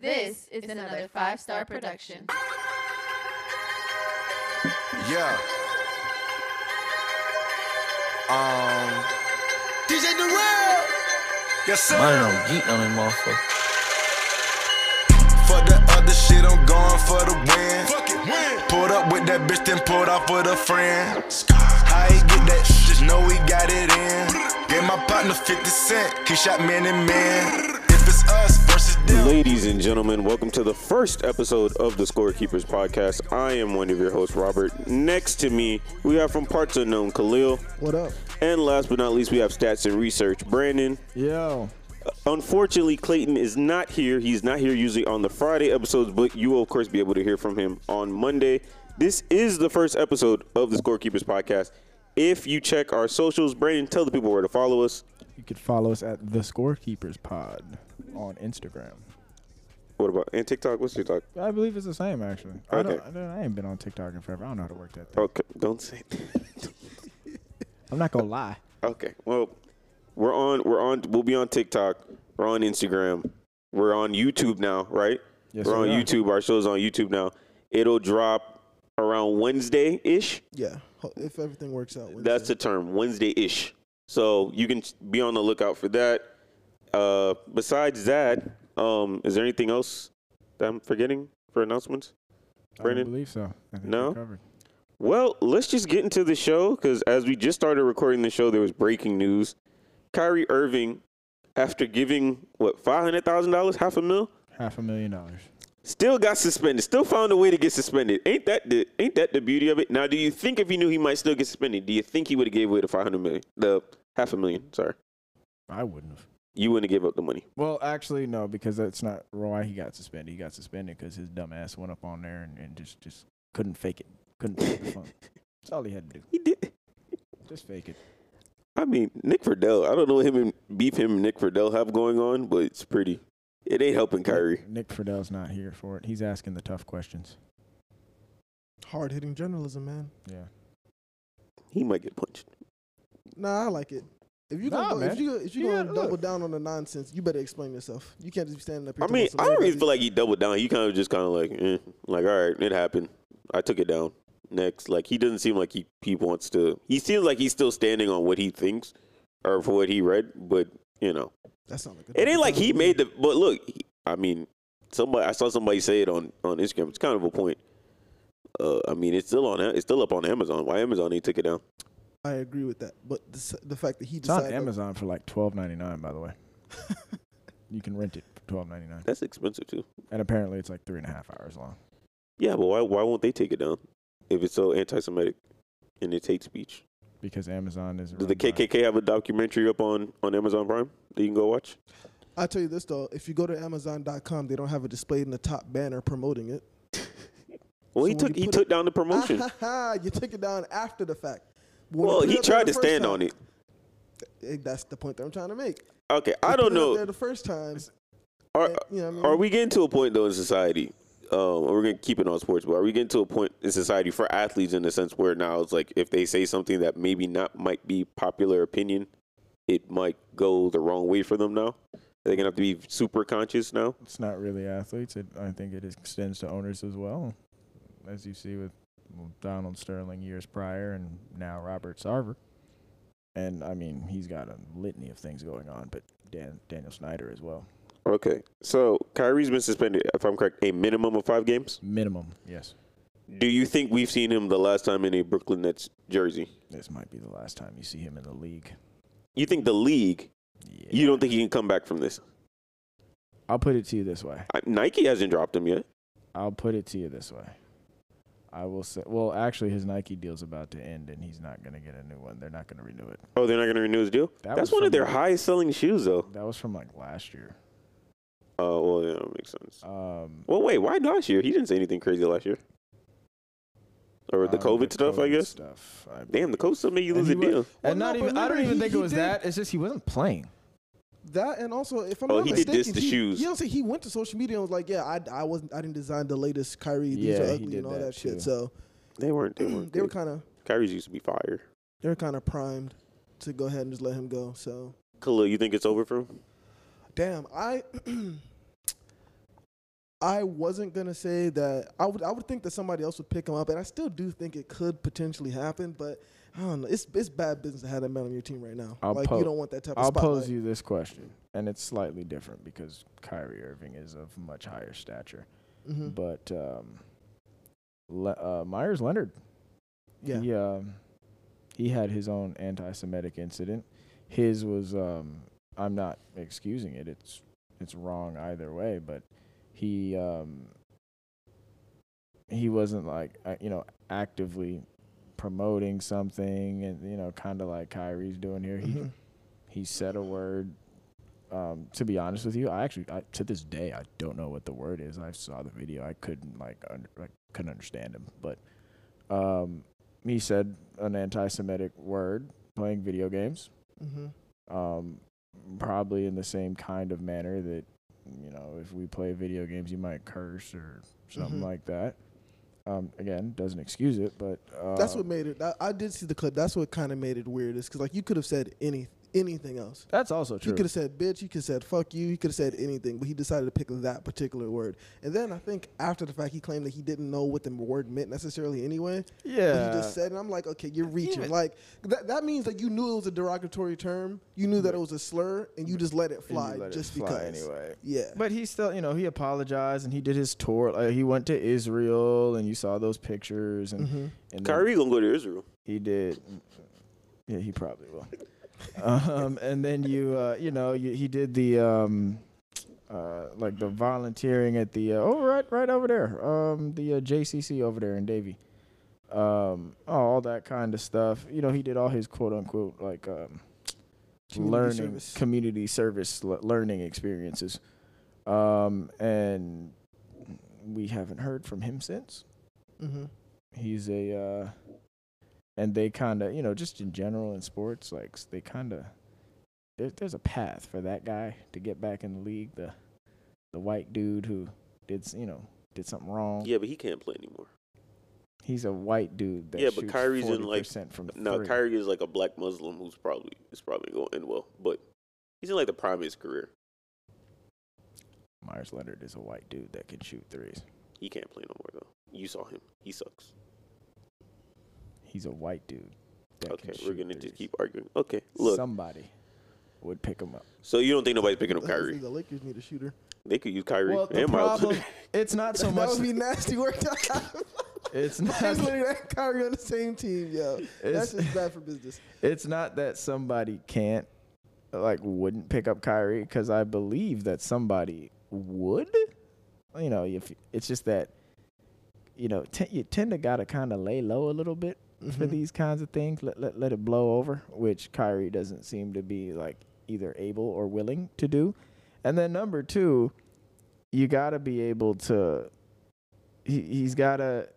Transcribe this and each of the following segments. This is another five star production. Yeah. Um. DJ the world. Yes, sir. Mine on geek on that motherfucker. For the other shit, I'm going for the win. Fuck it, win. Pulled up with that bitch, then pulled off with a friend. How he get that? shit? Just know he got it in. Gave my partner 50 cent. He shot man and man. If it's us versus them. Ladies and gentlemen, welcome to the first episode of the Scorekeepers podcast. I am one of your hosts, Robert. Next to me, we have from parts unknown, Khalil. What up? And last but not least, we have stats and research, Brandon. Yo. Unfortunately, Clayton is not here. He's not here usually on the Friday episodes, but you will, of course, be able to hear from him on Monday. This is the first episode of the Scorekeepers podcast. If you check our socials, Brandon, tell the people where to follow us. You could follow us at the Scorekeepers Pod on Instagram. What about and TikTok? What's TikTok? I believe it's the same actually. I Okay. don't. I, don't, I ain't been on TikTok in forever. I don't know how to work that. Thing. Okay, don't say. I'm not gonna lie. Okay. Well, we're on. We're on. We'll be on TikTok. We're on Instagram. We're on YouTube now, right? Yes, we're on we are. YouTube. Our show's on YouTube now. It'll drop around Wednesday ish. Yeah, ho- if everything works out. Wednesday. That's the term, Wednesday ish. So you can be on the lookout for that. Uh, besides that, um, is there anything else that I'm forgetting for announcements? I Brandon? don't believe so. I think we're No? covered. Well, let's just get into the show because as we just started recording the show, there was breaking news. Kyrie Irving, after giving what five hundred thousand dollars, half a mil, Half a million dollars. still got suspended. Still found a way to get suspended. Ain't that the ain't that the beauty of it? Now, do you think if he knew he might still get suspended, do you think he would have gave away the five hundred million, the half a million? Sorry, I wouldn't have. you wouldn't have gave up the money. Well, actually, no, because that's not why he got suspended. He got suspended because his dumb ass went up on there and, and just just couldn't fake it. Couldn't fake the funk. That's all he had to do. He did. Just fake it. I mean, Nick Friedel. I don't know what him and beef him and Nick Friedel have going on, but it's pretty. It ain't helping Kyrie. Nick Friedell's not here for it. He's asking the tough questions. hard hitting journalism, man. Yeah. He might get punched. Nah, I like it. If you Nah, gonna go, man. if you go- if you Yeah, gonna double look. down on the nonsense, you better explain yourself. You can't just be standing up here. I mean, I don't even feel like he doubled down. He kind of just kind of like, eh, like, all right, it happened. I took it down. Next, like, he doesn't seem like he he wants to. He seems like he's still standing on what he thinks or for what he read. But you know, that sound like a it ain't double like down he to me. made the. But look, he- I mean, somebody I saw somebody say it on on Instagram. It's kind of a point. Uh, I mean, it's still on. It's still up on Amazon. Why Amazon ain't took it down? I agree with that, but the, s- the fact that he It's on decided Amazon for like twelve ninety nine, by the way. you can rent it for twelve ninety nine, That's expensive too. and apparently it's like three and a half hours long. Yeah, but why why won't they take it down if it's so anti-Semitic and it's hate speech? because Amazon is. Does run the by- KKK have a documentary up on, on Amazon Prime that you can go watch? I tell you this though, if you go to Amazon.com, they don't have it displayed in the top banner promoting it. Well, So he when took you he put took it- down the promotion. Ah, ha, ha, you took it down after the fact. When you well, put he up there tried to the stand first on time- it. eh, That's the point that I'm trying to make. Okay, You I put don't it up There know. the first time, Are, eh, you know what I mean? are we getting to a point though in society? Um, and we're gonna keep it on sports, but are we getting to a point in society for athletes in the sense where now it's like if they say something that maybe not might be popular opinion, it might go the wrong way for them now. They're gonna have to be super conscious now. It's not really athletes. It, I think it extends to owners as well, as you see with Donald Sterling years prior, and now Robert Sarver. And I mean, he's got a litany of things going on, but Dan, Daniel Snyder as well. Okay, so Kyrie's been suspended, if I'm correct, a minimum of five games. Minimum, yes. Do you think we've seen him the last time in a Brooklyn Nets jersey? This might be the last time you see him in the league. You think the league? Yeah. You don't think he can come back from this? I'll put it to you this way. I, Nike hasn't dropped him yet. I'll put it to you this way. I will say, well, actually, his Nike deal's about to end, and he's not going to get a new one. They're not going to renew it. Oh, they're not going to renew his deal. That That's was one of from- their highest selling shoes, though. That was from like last year. Oh, well, yeah, that makes sense. Um, Well, wait, why last year? He didn't say anything crazy last year. Or the um, COVID stuff, I COVID guess. Stuff. I Damn, the COVID stuff made you And lose he a was- deal. Well, and no, not but even. I don't remember, even he- think it he was did- that. It's just he wasn't playing. That and also, if I'm Oh, not he did mistaken, diss the he, shoes. You know, see, he went to social media and was like, "Yeah, I, I wasn't, I didn't design the latest Kyrie. These Yeah, are he ugly did and all that that, too. shit." So They weren't. They weren't. they were good. kind of, Kyrie's used to be fire. they were kind of primed to go ahead and just let him go. So Khalil, you think it's over for him? damn, I, I wasn't gonna say that. I would. I would think that somebody else would pick him up, and I still do think it could potentially happen. But I don't know. It's it's bad business to have that man on your team right now. I'll like po- you don't want that type I'll of spotlight. pose you this question, and it's slightly different because Kyrie Irving is of much higher stature. Mhm. But um, Le- uh, Myers Leonard, Yeah. he, um, he had his own anti-Semitic incident. His was um, I'm not excusing it. It's it's wrong either way, but he um, he wasn't like uh, you know actively promoting something, and you know kind of like Kyrie's doing here. He Mhm. he said a word. Um, to be honest with you, I actually I, to this day I don't know what the word is. I saw the video, I couldn't like under, I couldn't understand him, but um, he said an anti-Semitic word playing video games, Mhm. um, probably in the same kind of manner that you know if we play video games, you might curse or something Mhm. like that. Um, again, doesn't excuse it, but uh, That's what made it. I, I did see the clip. That's what kind of made it weird. Is because like you could have said any anything else. that's also true. He could have said bitch. He could have said fuck you. He could have said anything, but he decided to pick that particular word. And then I think after the fact, he claimed that he didn't know what the word meant necessarily anyway. But yeah, he just said, and I'm like, okay, you're reaching. Even- like that, that means that you knew it was a derogatory term. You knew that it was a slur, and you just let it And you fly let it just fly because. anyway. Yeah. But he still, you know, he apologized and he did his tour. Like, he went to Israel and you saw those pictures and Mhm. and then Kyrie gonna go to Israel. he did. Yeah, he probably will. um, and then you, uh, you know, you, he did the um, uh, like the volunteering at the uh, oh right right over there um, the uh, JCC over there in Davie. Um, oh, all that kind of stuff. You know, he did all his quote unquote like um, Community learning service. community service le- learning experiences um and we haven't heard from him since hmm he's a uh and they kind of you know just in general in sports like s- they kind of there, there's a path for that guy to get back in the league the the white dude who did s- you know did something wrong Yeah, but he can't play anymore. he's a white dude that Yeah, but shoots Kyrie's in, like- 40% from Now three. Kyrie is like a black Muslim who's probably it's probably gonna end well, but he's in like the prime of his career. Myers Leonard is a white dude that can shoot threes He can't play no more though. You saw him. He sucks. he's a white dude that Okay, can shoot we're gonna threes. just keep arguing. Okay, look. somebody would pick him up. so you don't think nobody's picking up The, Kyrie? the Lakers need a shooter. They could use Kyrie Well, the and Miles. problem it's not so that much. would be nasty work to have. it's He's not. literally that Kyrie on the same team, yo. It's- That's just bad for business. It's not that somebody can't, like, wouldn't pick up Kyrie because I believe that somebody would. You know, if it's just that, you know, t- you tend to gotta kind of lay low a little bit for these kinds of things. Let, let let it blow over, which Kyrie doesn't seem to be like either able or willing to do. And then number two, you gotta be able to. He he's gotta.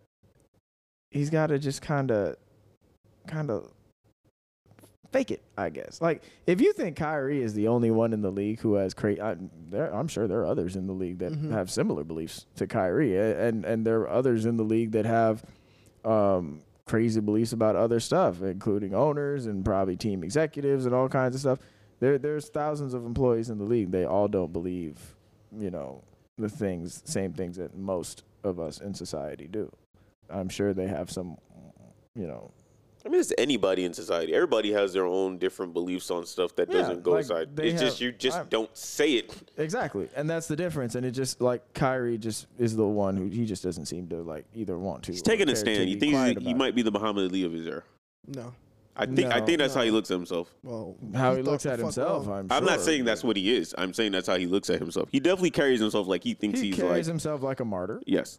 He's gotta just kind of, kind of fake it, I guess. Like if you think Kyrie is the only one in the league who has crazy, there I'm sure there are others in the league that Mhm. have similar beliefs to Kyrie, a- and and there are others in the league that have um, crazy beliefs about other stuff, including owners and probably team executives and all kinds of stuff. There there's thousands of employees in the league. They all don't believe, you know, the things same things that most of us in society do. I'm sure they have some, you know, I mean, it's anybody in society. Everybody has their own different beliefs on stuff that Yeah, doesn't go like, aside. they It's just have- you just I'm- don't say it. Exactly, and that's the difference. And it just like Kyrie just is the one who he just doesn't seem to like either want to. He's or taking a care to stand. He be thinks quiet he's- he about might be the Muhammad Ali of his era. No. I think I No. think that's how he looks at himself. Well, it. how he, thought looks the at fuck himself. wrong. I'm. I'm not sure. saying that's what he is. I'm saying that's how he looks at himself. He definitely carries himself like he thinks he he's carries like himself like a martyr, yes.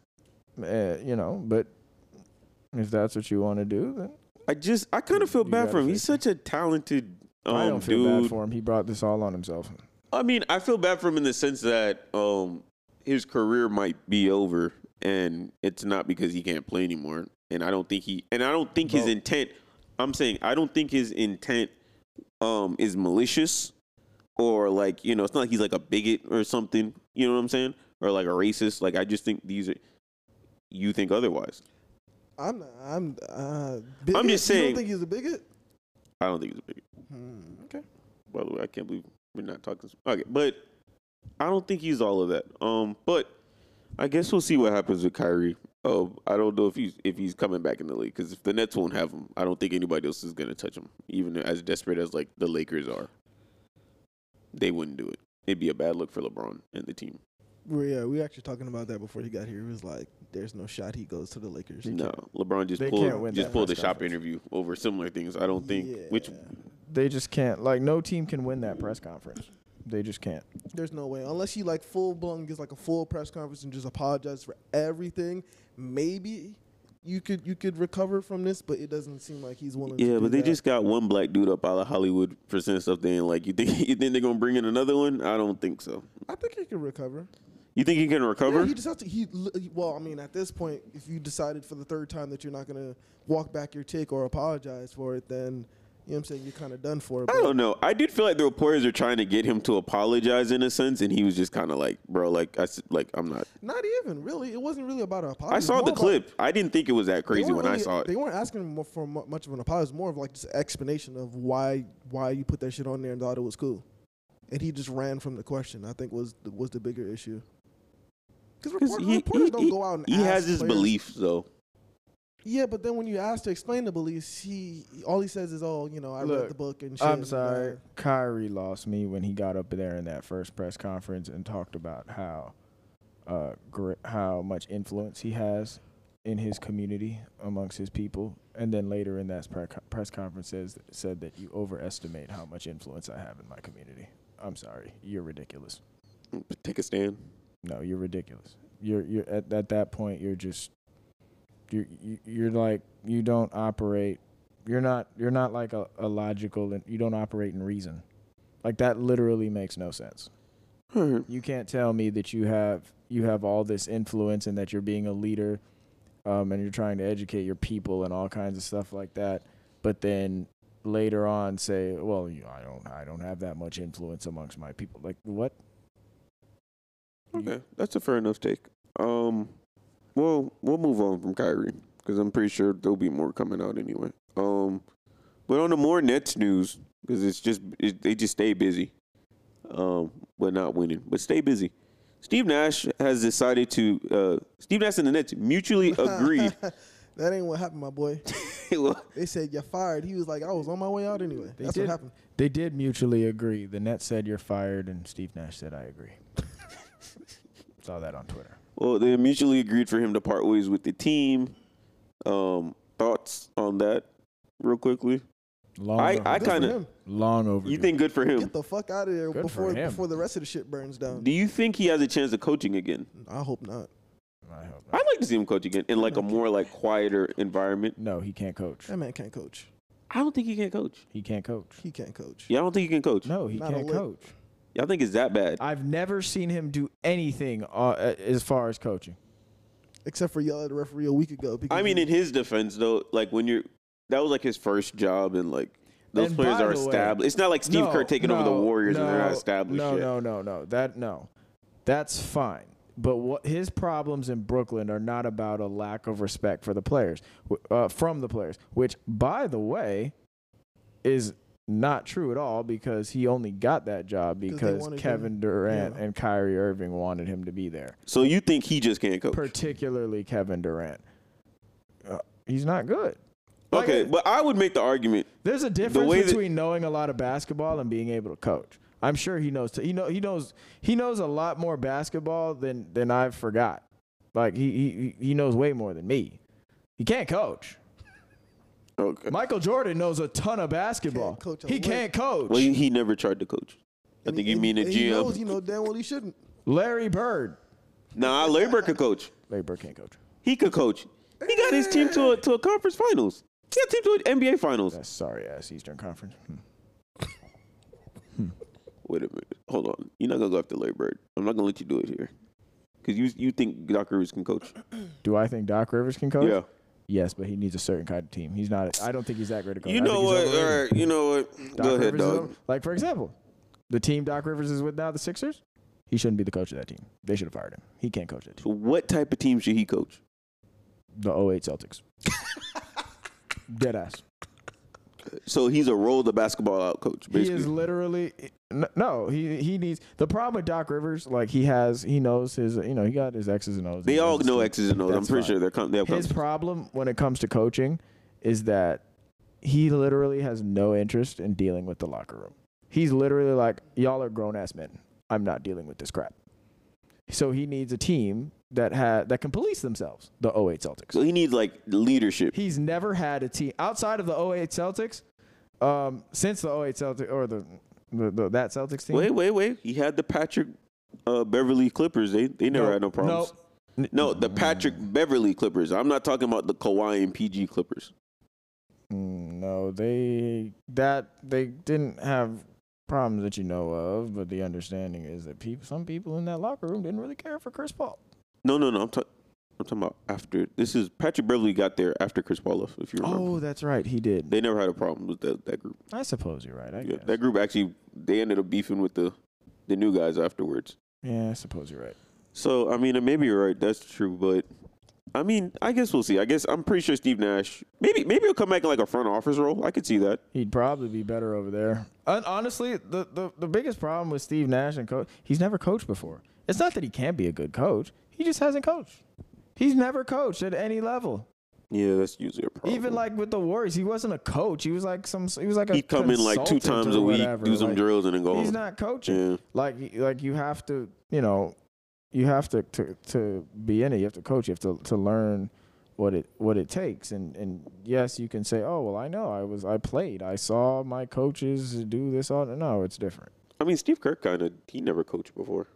uh, you know. But if that's what you want to do, then I just I kind of feel You bad gotta for him. fix He's it. such a talented um, I don't feel dude. bad for him. He brought this all on himself. I mean, I feel bad for him in the sense that um, his career might be over, and it's not because he can't play anymore. And I don't think he, and I don't think his Well- intent. I'm saying I don't think his intent um, is malicious, or like you know, it's not like he's like a bigot or something. You know what I'm saying? Or like a racist. Like I just think these are. You think otherwise? I'm not, I'm uh, bigot? just You saying- don't think he's a bigot? I don't think he's a bigot. Hmm. By the way, I can't believe we're not talking. Okay, but I don't think he's all of that. Um, but I guess we'll see what happens with Kyrie. Um, I don't know if he's if he's coming back in the league because if the Nets won't have him, I don't think anybody else is gonna touch him. Even as desperate as like the Lakers are, they wouldn't do it. It'd be a bad look for LeBron and the team. We're, yeah, we were actually talking about that before he got here. It was like, there's no shot he goes to the Lakers. No, LeBron just they can't pulled win just that pulled a press shop conference. interview over similar things. I don't think which Yeah. They just can't. Like no team can win that press conference. They just can't. There's no way. Unless he like full blown gets like a full press conference and just apologizes for everything, maybe you could you could recover from this, but it doesn't seem like he's willing to Yeah, do but they that. just got one black dude up out of Hollywood for saying stuff. They ain't like you think you think they're gonna bring in another one? I don't think so. I think he could recover. You think he can recover? Yeah, he just has to. He li- well, I mean, at this point, if you decided for the third time that you're not gonna walk back your tick or apologize for it, then you know what I'm saying you're kind of done for. I don't know. I did feel like the reporters are trying to get him to apologize in a sense, and he was just kind of like, "Bro, like I s- like I'm not." Not even really. It wasn't really about an apology. I It saw was the more about- clip. I didn't think it was that they crazy weren't when I really- saw it. They weren't asking him for mu- much of an apology. It's more of like just explanation of why why you put that shit on there and thought it was cool, and he just ran from the question. I think was the, was the bigger issue. Because reporters, reporters don't go out and he ask has his players- beliefs though. Yeah, but then when you ask to explain the beliefs, he all he says is, "Oh, you know, I Look, read the book and shit." I'm and, sorry. uh, Kyrie lost me when he got up there in that first press conference and talked about how uh gr- how much influence he has in his community amongst his people and then later in that pre- press conference says said that you overestimate how much influence I have in my community. I'm sorry. You're ridiculous. Take a stand. No, you're ridiculous. You're you're at, at that point. You're just you're you- you're like you don't operate. You're not you're not like a, a logical and you don't operate in reason. Like that literally makes no sense. You can't tell me that you have you have all this influence and that you're being a leader, um, and you're trying to educate your people and all kinds of stuff like that. But then later on, say, well, you, I don't I don't have that much influence amongst my people. Like what? Okay, that's a fair enough take. Um, well, we'll move on from Kyrie because I'm pretty sure there'll be more coming out anyway. Um, but on the more Nets news because it's just it, they just stay busy, um, but not winning, but stay busy. Steve Nash has decided to. Uh, Steve Nash and the Nets mutually agreed. that ain't what happened, my boy. Well, They said you're fired. He was like, "I was on my way out anyway." They That's did. what happened. They did mutually agree. The Nets said you're fired, and Steve Nash said I agree. Saw that on Twitter. well, they mutually agreed for him to part ways with the team. Um, thoughts on that, real quickly. Long, I- over- I Good for kinda- him. long overdue. You think good for him? get the fuck out of there Good for before him. before the rest of the shit burns down. Do you think he has a chance of coaching again? I hope not. I hope not. I'd like to see him coach again in like a more like quieter environment. No, he can't coach. That man can't coach. I don't think he can coach. He can't coach. He can't coach. Yeah, I don't think he can coach. No, he Not a can't lick. coach. Y'all think it's that bad. I've never seen him do anything uh, as far as coaching. Except for y'all at the referee a week ago. Because I mean, in his defense though, like when you're that was like his first job and like those And players by are the way- established. It's not like Steve No, Kerr taking over the no, Warriors and they're not no, established No, yet. no, no, no. That no, that's fine. But what his problems in Brooklyn are not about a lack of respect for the players, wh- uh, from the players, which by the way, is not true at all because he only got that job they because wanted Kevin him. Durant Yeah. and Kyrie Irving wanted him to be there, So you think he just can't coach? particularly Kevin Durant. Uh, he's not good. like okay, it- but I would make the argument. There's a difference way that- between knowing a lot of basketball and being able to coach. I'm sure he knows. He know he knows he knows a lot more basketball than than I've forgot. Like he he he knows way more than me. He can't coach. Okay, Michael Jordan knows a ton of basketball. Can't coach a he lick. can't coach. well, he, he never tried to coach. I And think he- you mean a and He knows, GM. you know damn well he shouldn't. Larry Bird. Nah, Larry Bird could coach. Larry Bird can't coach. He could coach. He got his team to a, to a conference finals. He got his team to an NBA finals. That's sorry ass Eastern Conference. Hmm. Wait a minute. Hold on. You're not gonna go after Larry Bird. I'm not gonna let you do it here. Cause you you think Doc Rivers can coach? Do I think Doc Rivers can coach? Yes, but he needs a certain kind of team. He's not. I don't think he's that great a coach. You I know think he's what? overrated. All right. You know what? Doc go ahead, Rivers is dog. over- like for example, the team Doc Rivers is with now, the Sixers, he shouldn't be the coach of that team. They should have fired him. He can't coach that team. So oh what type of team should he coach? The 08 Celtics. Dead ass. So he's a roll the basketball out coach, He is basically. literally n- no. He he needs the problem with Doc Rivers. Like he has, he knows his. You know, he got his X's and O's. They all know X's and O's. I'm That's pretty fine. sure they're com- they have His com- problem when it comes to coaching is that he literally has no interest in dealing with the locker room. He's literally like, y'all are grown ass men. I'm not dealing with this crap. So he needs a team that ha- that can police themselves. The 08 Celtics. So he needs like leadership. He's never had a team outside of the 08 Celtics. Um, since the 08 Celtics or the, the, the that Celtics team. Wait, wait, wait. He had the Patrick uh, Beverly Clippers. They they never Nope. had no problems. Nope. No, the Patrick Beverly Clippers. I'm not talking about the Kawhi and PG Clippers. Mm, No, they that they didn't have problems that you know of, but the understanding is that people, some people in that locker room didn't really care for Chris Paul. No, no, no. I'm talking. I'm talking about after this is Patrick Beverly got there after Chris Paul left. If you remember, Oh, that's right, he did. they never had a problem with that that group. I suppose you're right. I Yeah, guess. that group actually they ended up beefing with the the new guys afterwards. yeah, I suppose you're right. So I mean, and maybe you're right. That's true, but I mean, I guess we'll see. I guess I'm pretty sure Steve Nash. Maybe maybe he'll come back in like a front office role. I could see that. He'd probably be better over there. And honestly, the, the, the biggest problem with Steve Nash and coach, he's never coached before. It's not that he can't be a good coach. He just hasn't coached. He's never coached at any level. Yeah, that's usually a problem. Even like with the Warriors, he wasn't a coach. He was like some. He was like a. he'd come in like two consultant times or a week, whatever. do some Like, drills, and then go He's home. not coaching. yeah. Like like you have to you know, you have to to, to be in it. You have to coach. You have to, to learn what it what it takes. And and yes, you can say, oh well, I know I was I played. I saw my coaches do this. All no, it's different. I mean, Steve Kirk kind of he never coached before.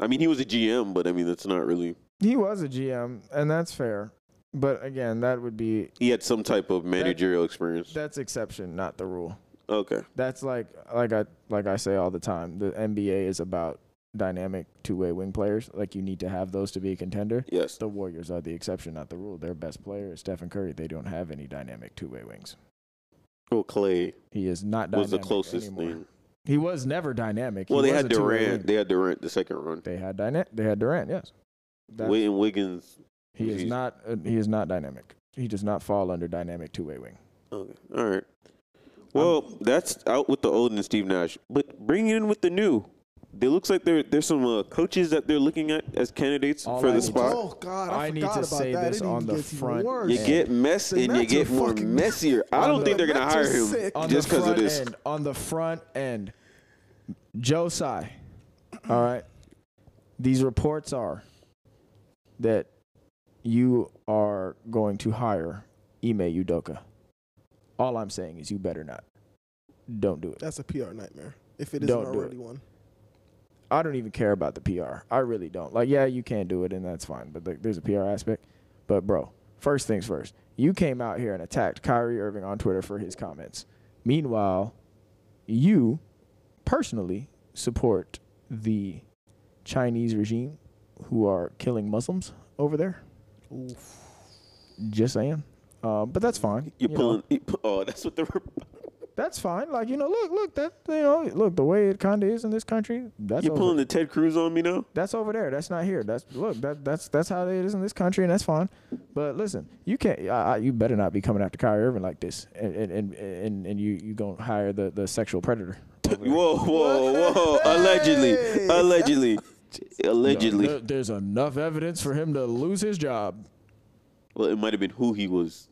I mean, he was a GM, but I mean, that's not really. He was a GM, and that's fair. But again, that would be He had some type of managerial experience. that's exception, not the rule. Okay, that's like like I like I say all the time. The NBA is about dynamic two-way wing players. Like you need to have those to be a contender. yes, The Warriors are the exception, not the rule. Their best player is Stephen Curry. They don't have any dynamic two-way wings. well, Clay He is not dynamic was the closest anymore. thing. He was never dynamic. Well, He they was had a two-way Durant. wing. They had Durant the second run. They had Durant. They had Durant. Yes. That's- Wayne Wiggins. he is he's- not. Uh, he is not dynamic. He does not fall under dynamic two-way wing. Okay, all right. Well, that's out with the old and Steve Nash, but bring in with the new. It looks like there there's some uh, coaches that they're looking at as candidates All for I the need to- spot. Oh, Oh God, I, I need forgot to about say that. this it even on the gets even front worse. You end. get mess The and you Nets get are more fucking- messier. I don't the think they're gonna Nets hire are him sick. on just the because of front this. end, on the front end, Joe Tsai. All right. These reports are that you are going to hire Ime Udoka. All I'm saying is you better not. Don't do it. That's a PR nightmare. If it isn't Don't do it. already one. I don't even care about the PR. I really don't. Like, yeah, you can do it, and that's fine. But like, there's a PR aspect. But bro, first things first. You came out here and attacked Kyrie Irving on Twitter for his comments. Meanwhile, you personally support the Chinese regime who are killing Muslims over there. Just saying. Um, but that's fine. You're you know. pulling. you pu- oh, that's what the. that's fine. Like you know, look, look, that you know, look the way it kind of is in this country. That's You're over. pulling the Ted Cruz on me now. That's over there. That's not here. That's look. That that's that's how it is in this country, and that's fine. But listen, you can't. I, I, you better not be coming after Kyrie Irving like this, and and and, and, and you you gonna hire the, the sexual predator. over there. Whoa, whoa, whoa! Allegedly, allegedly, allegedly. There- there's enough evidence for him to lose his job. Well, it might have been who he was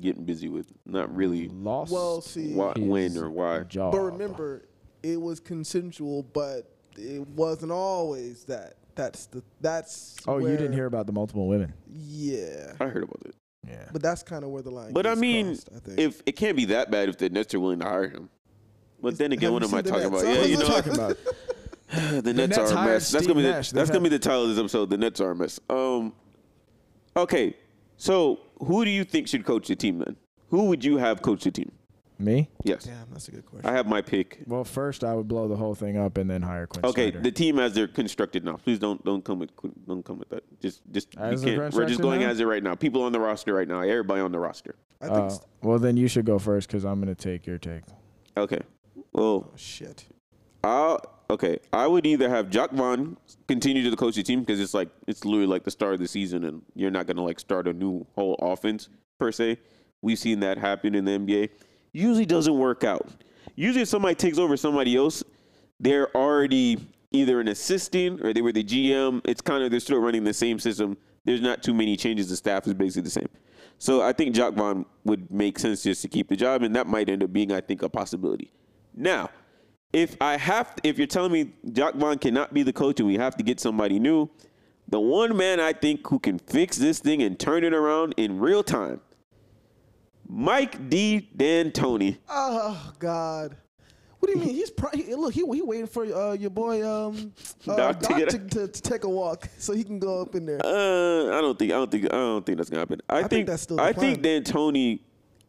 getting busy with. Not really Lost. Well, see, why, his when or why. job. but remember, it was consensual, but it wasn't always that. That's the that's. Oh, you where- didn't hear about the multiple women. Yeah, I heard about it. Yeah. but that's kind of where the line. But I gets mean, crossed, I think. if it can't be that bad if the Nets are willing to hire him. But Is- then again, what have you am I seen the talking about? Nets? Yeah, What you are know, you what? talking about? the Nets, Nets are a hired mess. That's Steve gonna be the, Nash. They that's gonna be had- the title of this episode. The Nets are a mess. Um, okay, so who do you think should coach the team then? Who would you have coach the team? Me? Yes, damn, that's a good question. I have my pick. Well, first I would blow the whole thing up and then hire Quinn Okay, Snyder. the team as they're constructed now. Please don't don't come with don't come with that. Just just As you they're can't. We're just constructed going now? as it right now. People on the roster right now. Everybody on the roster. I Uh, think. it's well, then you should go first because I'm gonna take your take. Okay. Well, oh shit. I okay. I would either have Jock Vaughn continue to coach the team because it's like it's literally like the start of the season, and you're not gonna like start a new whole offense per se. We've seen that happen in the NBA. Usually doesn't work out. Usually, if somebody takes over somebody else, they're already either an assistant or they were the GM. It's kind of they're still running the same system. There's not too many changes. The staff is basically the same. So I think Jock Vaughn would make sense just to keep the job, and that might end up being, I think, a possibility. Now, if I have, if you're telling me Jock Vaughn cannot be the coach and we have to get somebody new, the one man I think who can fix this thing and turn it around in real time, Mike D. D'Antoni. Oh God. What do you mean? He's probably he- look. He he waiting for uh, your boy um, uh, Doc to get to, to, to take a walk so he can go up in there. Uh, I don't think. I don't think. I don't think that's gonna happen. I, think that's still the I think D'Antoni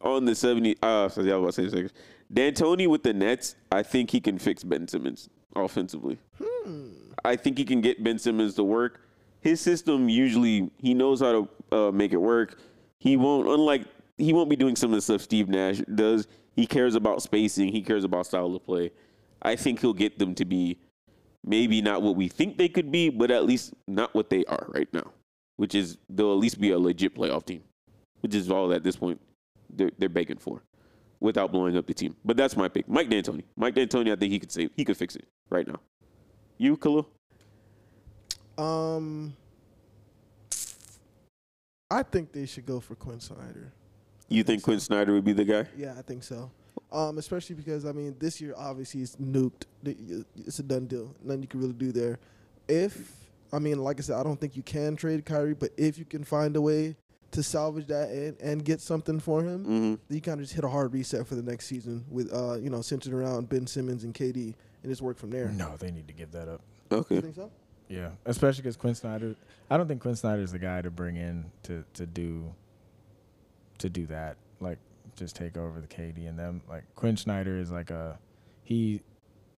on the seventy. Uh, sorry, I was about to say six. D'Antoni with the Nets. I think he can fix Ben Simmons offensively. Hmm. I think he can get Ben Simmons to work. His system usually he knows how to uh, make it work. He won't unlike he won't be doing some of the stuff Steve Nash does. He cares about spacing. He cares about style of play. I think he'll get them to be maybe not what we think they could be, but at least not what they are right now, which is they'll at least be a legit playoff team, which is all at this point they're, they're begging for without blowing up the team. But that's my pick. Mike D'Antoni. Mike D'Antoni, I think he could save. He could fix it right now. You, Khalil? Um, I think they should go for Quinn Snyder. You think Quinn Snyder would be the guy? Yeah, I think so. Um, especially because I mean, this year obviously it's nuked. The- It's a done deal. Nothing you can really do there. If I mean, like I said, I don't think you can trade Kyrie, but if you can find a way to salvage that and, and get something for him, Mm-hmm. then you kind of just hit a hard reset for the next season with uh, you know centered around Ben Simmons and KD and just work from there. No, they need to give that up. You Okay. think so? Yeah, especially because Quinn Snyder. I don't think Quinn Snyder is the guy to bring in to to do to do that. Like just take over the KD and them. Like Quinn Snyder is like a he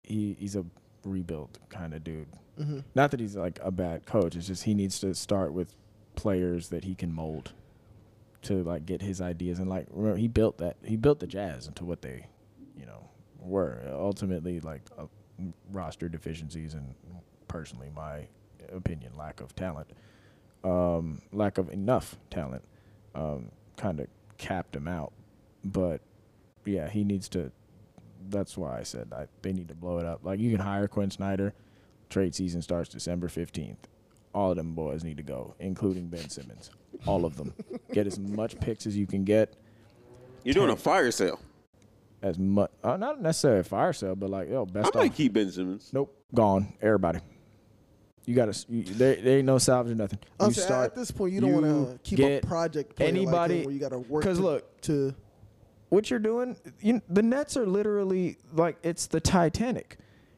he he's a rebuilt kind of dude. Mhm. Not that he's like a bad coach. It's just he needs to start with players that he can mold to like get his ideas and like remember, he built that he built the Jazz into what they you know were ultimately like uh, roster deficiencies and personally my opinion lack of talent um, lack of enough talent um, kind of capped him out but yeah he needs to that's why I said I, they need to blow it up like you can hire Quinn Snyder trade season starts December 15th all of them boys need to go including Ben Simmons all of them get as much picks as you can get You're doing a fire sale. as much uh, not necessarily a fire sale but like yo best I might off- keep Ben Simmons. Nope, gone. Everybody. You got to. There, there ain't no salvage or nothing. I'm you saying, start. at this point, you don't want to keep a get project player like anybody- him where you got to work. 'cause to- look- to what you're doing, you, the Nets are literally like it's the Titanic.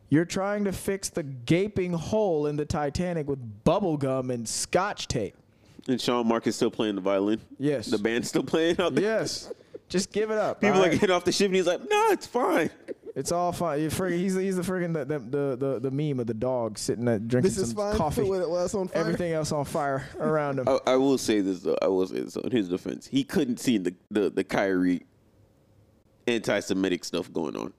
You're trying to fix the gaping hole in the Titanic with bubble gum and Scotch tape. And Sean Mark is still playing the violin. Yes. The band's still playing out there. Yes. Just give it up. People all like right? get off the ship and he's like, no, it's fine. it's all fine. You're friggin', he's he's the friggin' the the, the the the meme of the dog sitting there drinking this is some fine. coffee, Put it- well, it's on fire. everything else on fire around him. I, I will say this though. I will say this though. In his defense, he couldn't see the the, the Kyrie anti-Semitic stuff going on.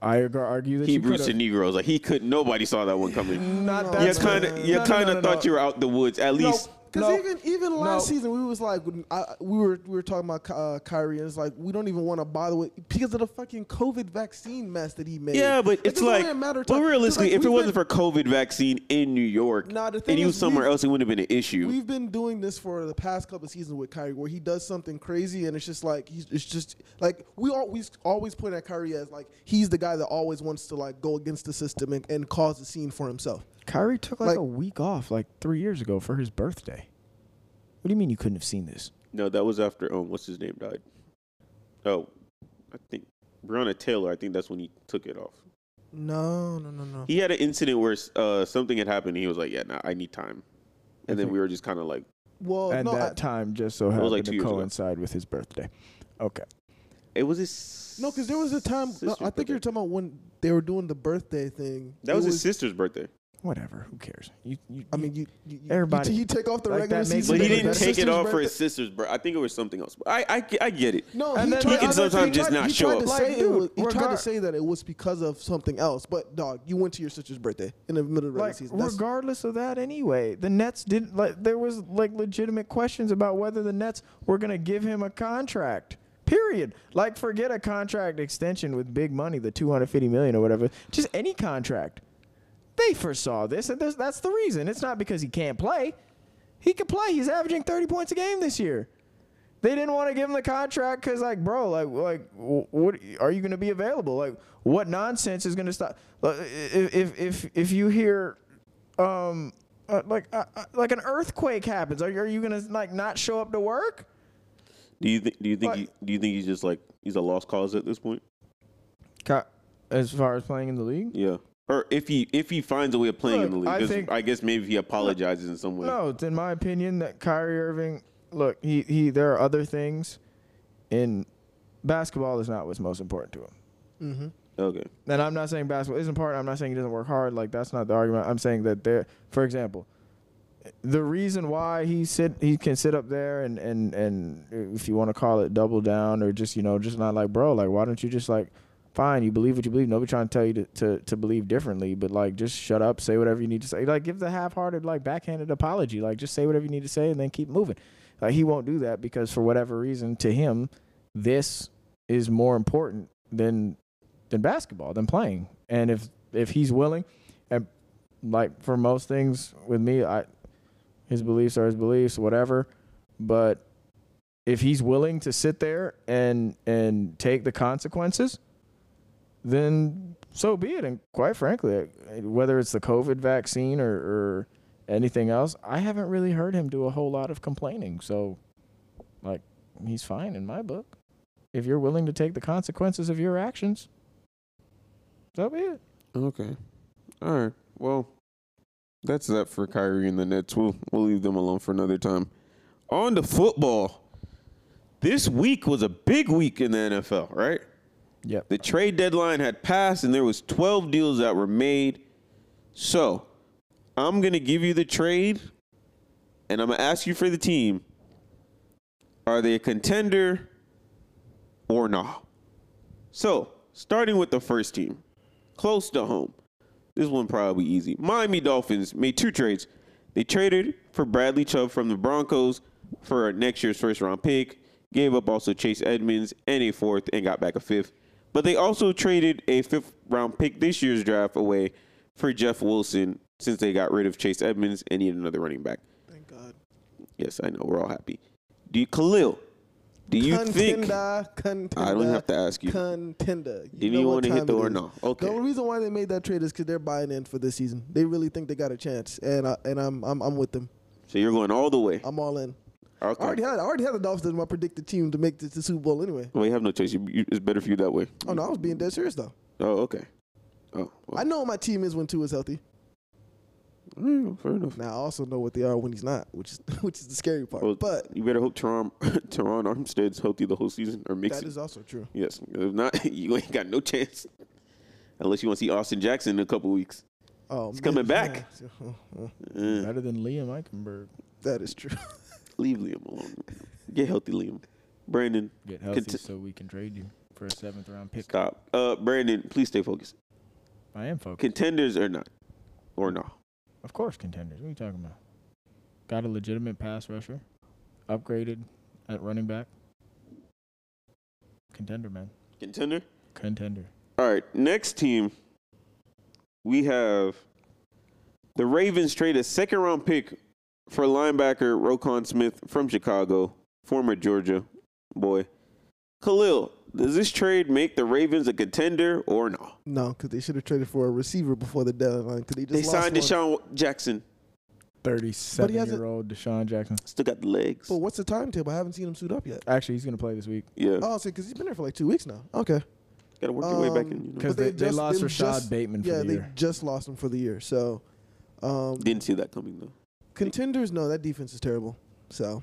I argue that you Hebrews coulda- to Negroes, like he couldn't. Nobody saw that one coming. Not No, that. You that's kind of you No, no, kind of no, no, thought no. you were out the woods. At least Because No. even even last No. season we was like when I, we were we were talking about Ky- uh, Kyrie and it's like we don't even want to bother with because of the fucking COVID vaccine mess that he made. yeah, but It it's doesn't like. really a matter of But time. 'Cause, realistically, like, if it we've wasn't been- for COVID vaccine in New York, Nah, the thing and he was is, somewhere we've- else, it wouldn't have been an issue. we've been doing this for the past couple of seasons with Kyrie where he does something crazy and it's just like he's it's just like we always always point at Kyrie as like he's the guy that always wants to like go against the system and, and cause a scene for himself. Kyrie took like, Like- a week off like three years ago for his birthday. What do you mean you couldn't have seen this? No, that was after um, what's his name died. Oh, I think Breonna Taylor. I think that's when he took it off. No, no, no, no. He had an incident where uh, something had happened. And he was like, "Yeah, nah, I need time," and then we were just kind of like, Well, and no, that I- time just so was, happened like, two to years ago. coincide with his birthday. Okay. "It was his No, because there was a time. No, sister's I think you're birthday. talking about when they were doing the birthday thing. that It was, his sister's birthday, Whatever. Who cares? You, you, I mean, you. you you- Everybody. You, t- you take off the Like, regular that makes season. but it he better. didn't His take it off for his birthday. sister's birthday. I think it was something else. But I, I, I get it. No, And he, then- tried, He can I- sometimes he just tried- not he show tried up. To Like, say it dude, was, he tried regard- to say that it was because of something else, but dog, you went to your sister's birthday in the middle of the regular like season. That's, regardless of that, anyway, the Nets didn't. Like, there was like legitimate questions about whether the Nets were going to give him a contract. Period. Like forget a contract extension with big money, the 250 million or whatever. Just any contract. They foresaw this, and there's- that's the reason. It's not because he can't play. He could play. He's averaging 30 points a game this year. They didn't want to give him the contract because, like, bro, like, like, wh- what are you going to be available? Like, what nonsense is going to stop? Like, If if if if you hear, um, uh, like uh, uh, like an earthquake happens, are you, are you going to like not show up to work? Do you think? Do you think? But- He, do you think he's just like he's a lost cause at this point? As far as playing in the league, Yeah. Or if he if he finds a way of playing in the Look, league, I 'cause think- I guess maybe he apologizes in some way. No, it's in my opinion that Kyrie Irving, look, he, he there are other things in basketball is not what's most important to him. Okay. And I'm not saying basketball isn't important. I'm not saying he doesn't work hard. Like that's not the argument. I'm saying that there, for example, the reason why he sit he can sit up there and and and if you want to call it double down or just you know just not like bro like why don't you just like fine you believe what you believe nobody trying to tell you to, to to believe differently but like just shut up say whatever you need to say like give the half-hearted like backhanded apology like just say whatever you need to say and then keep moving like he won't do that because for whatever reason to him this is more important than than basketball than playing and if if he's willing and like for most things with me I his beliefs are his beliefs, whatever. But if he's willing to sit there and and take the consequences, then so be it. And quite frankly, whether it's the COVID vaccine or, or anything else, I haven't really heard him do a whole lot of complaining. So, like, he's fine in my book. If you're willing to take the consequences of your actions, so be it. Okay. All right. Well, that's that for Kyrie and the Nets. We'll we'll leave them alone for another time. On to football. This week was a big week in the NFL, right? Yep. The trade deadline had passed and there was 12 deals that were made. So, I'm going to give you the trade and I'm going to ask you for the team. Are they a contender or not? So, starting with the first team, close to home. This one probably easy. Miami Dolphins made two trades. They traded for Bradley Chubb from the Broncos for next year's first round pick, gave up also Chase Edmonds and a fourth, and got back a fifth. But they also traded a fifth round pick this year's draft away for Jeff Wilson since they got rid of Chase Edmonds and needed another running back. Thank God. Yes, I know. We're all happy. Do you, Khalil, do you think. contender, contender. I don't have to ask you. Contender. Did know you what wanna hit time the it or is. no? Okay. The only reason why they made that trade is because they're buying in for this season. They really think they got a chance, and I, and I'm I'm I'm with them. So you're going all the way. I'm all in. I already Okay. had I already had the Dolphins as my predicted team to make this the Super Bowl anyway. Well, you have no choice. You, you, it's better for you that way. Oh no, I was being dead serious though. Oh, okay. Oh, well, I know what my team is when two is healthy. Mm, fair enough. Now I also know what they are when he's not, which is which is the scary part. Well, but you better hope Teron, Teron Armstead's healthy the whole season or makes that it. is also true. yes. If not, you ain't got no chance. Unless you want to see Austin Jackson in a couple weeks. Oh, He's coming back. yeah. Oh, oh, Uh, Better than Liam Eichenberg. that is true. leave Liam alone. Get healthy, Liam. Brandon, Get healthy healthy Conti- so we can trade you for a seventh round pick. stop. Uh, Brandon, please stay focused. I am focused. Contenders or not, or no? Of course, contenders. What are you talking about? Got a legitimate pass rusher, upgraded at running back. Contender, man. Contender. Contender. All right, next team. We have the Ravens trade a second round pick for linebacker Rokon Smith from Chicago, former Georgia boy. Khalil, does this trade make the Ravens a contender or no? no, because they should have traded for a receiver before the deadline. Because they just They lost signed one. Deshaun Jackson. hasn't- Thirty-seven-year-old Deshaun Jackson. Still got the legs. But what's the timetable? I haven't seen him suit up yet. Actually, he's gonna play this week Yeah, Oh, see, because he's been there for like two weeks now. Okay. got to work your way back um, in. You know. because But they they, they just- lost they Rashad just- Bateman for yeah, the they year. just lost him for the year. So, um, Didn't see that coming though. contenders, no, that defense is terrible. So,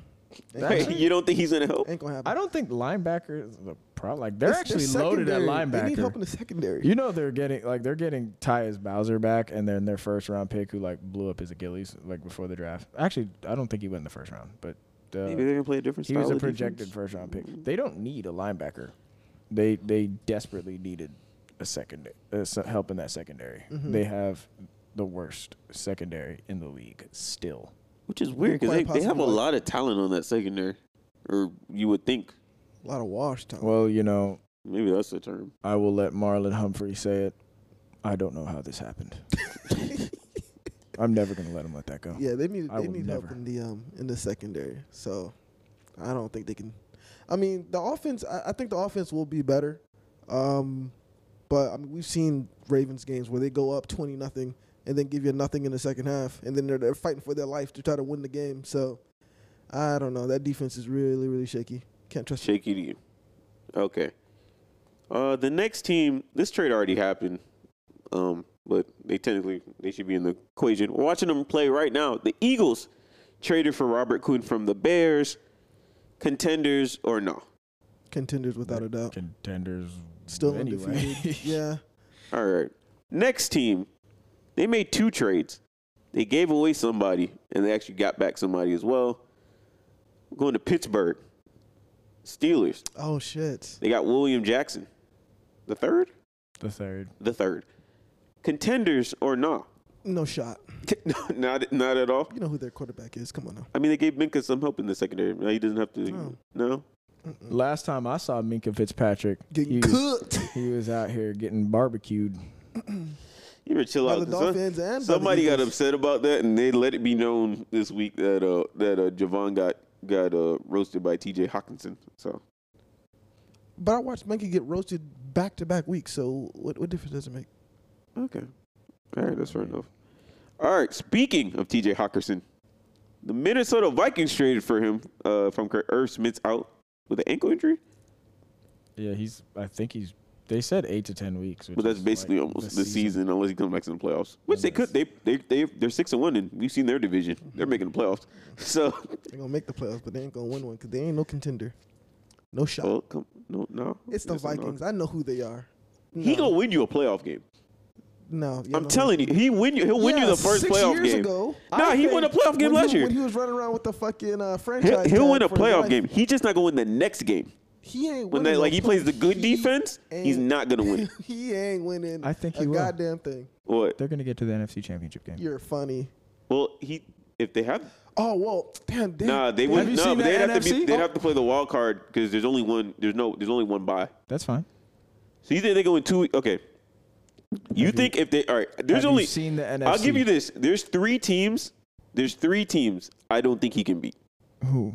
ain't gonna, Wait, you don't think he's gonna help? ain't gonna happen. I don't think linebacker is the problem. Like they're It's- actually it's loaded at secondary. They need help in linebacker. the secondary. You know they're getting like they're getting Tyus Bowser back, and then their first round pick who like blew up his Achilles like before the draft. Actually, I don't think he went in the first round, but uh, Maybe they're gonna play a different He style. was a of defense. projected first round pick. They don't need a linebacker. They they desperately needed a second uh, s- help in that secondary. Mm-hmm. They have the worst secondary in the league still. Which is weird because Quite they, they have a possibly. lot of talent on that secondary, or you would think. A lot of wash time. Well, you know, Maybe that's the term. I will let Marlon Humphrey say it. I don't know how this happened. I'm never gonna let him let that go. yeah, they need I they will need help never. in the um in the secondary. So I don't think they can. I mean, the offense. I, I think the offense will be better. Um, but I mean, we've seen Ravens games where they go up twenty nothing and then give you nothing in the second half, and then they're, they're fighting for their life to try to win the game. So I don't know. That defense is really really shaky. Can't trust. it. Shaky D. Okay. Uh, the next team, this trade already happened, um, but they technically they should be in the equation. We're watching them play right now. The Eagles traded for Robert Kuhn from the Bears. Contenders or no? Contenders without a doubt. Contenders Still anyway. undefeated. yeah. All right. Next team, they made two trades. They gave away somebody, and they actually got back somebody as well. We're going to Pittsburgh Steelers. Oh shit. They got William Jackson, the third, the third. the third. Contenders or no? No shot. not not at all. You know who their quarterback is. Come on now. I mean, they gave Minka some help in the secondary. Now he doesn't have to. Oh. No, Last time I saw Minka Fitzpatrick, Mm. Getting he was, cooked. he was out here getting barbecued. you better chill By out. the son. Dolphins and by the somebody got Eagles. upset about that, and they let it be known this week that uh that uh Javon got got uh roasted by T.J. Hawkinson. So But I watched Mikey get roasted back to back weeks, so what, what difference does it make? okay, all right, that's fair enough. All right, speaking of T.J. Hawkinson, the Minnesota Vikings traded for him uh from Irv Smith's out with an ankle injury. Yeah, he's. I think he's. They said eight to ten weeks. which But that's is basically like almost the, season. unless he comes back to the playoffs, which they Yes. could. They they they they're six and one, and we've seen their division. They're making the playoffs. So, They're gonna make the playoffs, but they ain't gonna win one because they ain't no contender. No shot. well, come, no, no, it's the Oh, Yes or no? Vikings. I know who they are. He No, gonna win you a playoff game. No, I'm telling you, he win you. He'll win you the first six playoff years game. Ago, Nah, I he won a think playoff game when last he, year. When he was running around with the fucking uh, He'll, franchise, he'll tag win a for his playoff life. game. He just not gonna win the next game. He ain't When winning they no like he plays the good play- he defense, he's ain't- not gonna win. he ain't winning. I think he a will. goddamn thing. what? They're gonna get to the NFC Championship game. You're funny. Well, he if they have Oh well, damn. damn nah, they damn. would you no. seen They that would have to be. NFC? They Oh. would have to play the wild card because there's only one. There's no. There's only one bye. That's fine. So you think they go in two? Okay. You Have you- think if they all right? There's Have you only. seen the NFC. I'll give you this. There's three teams. There's three teams. I don't think he can beat Who?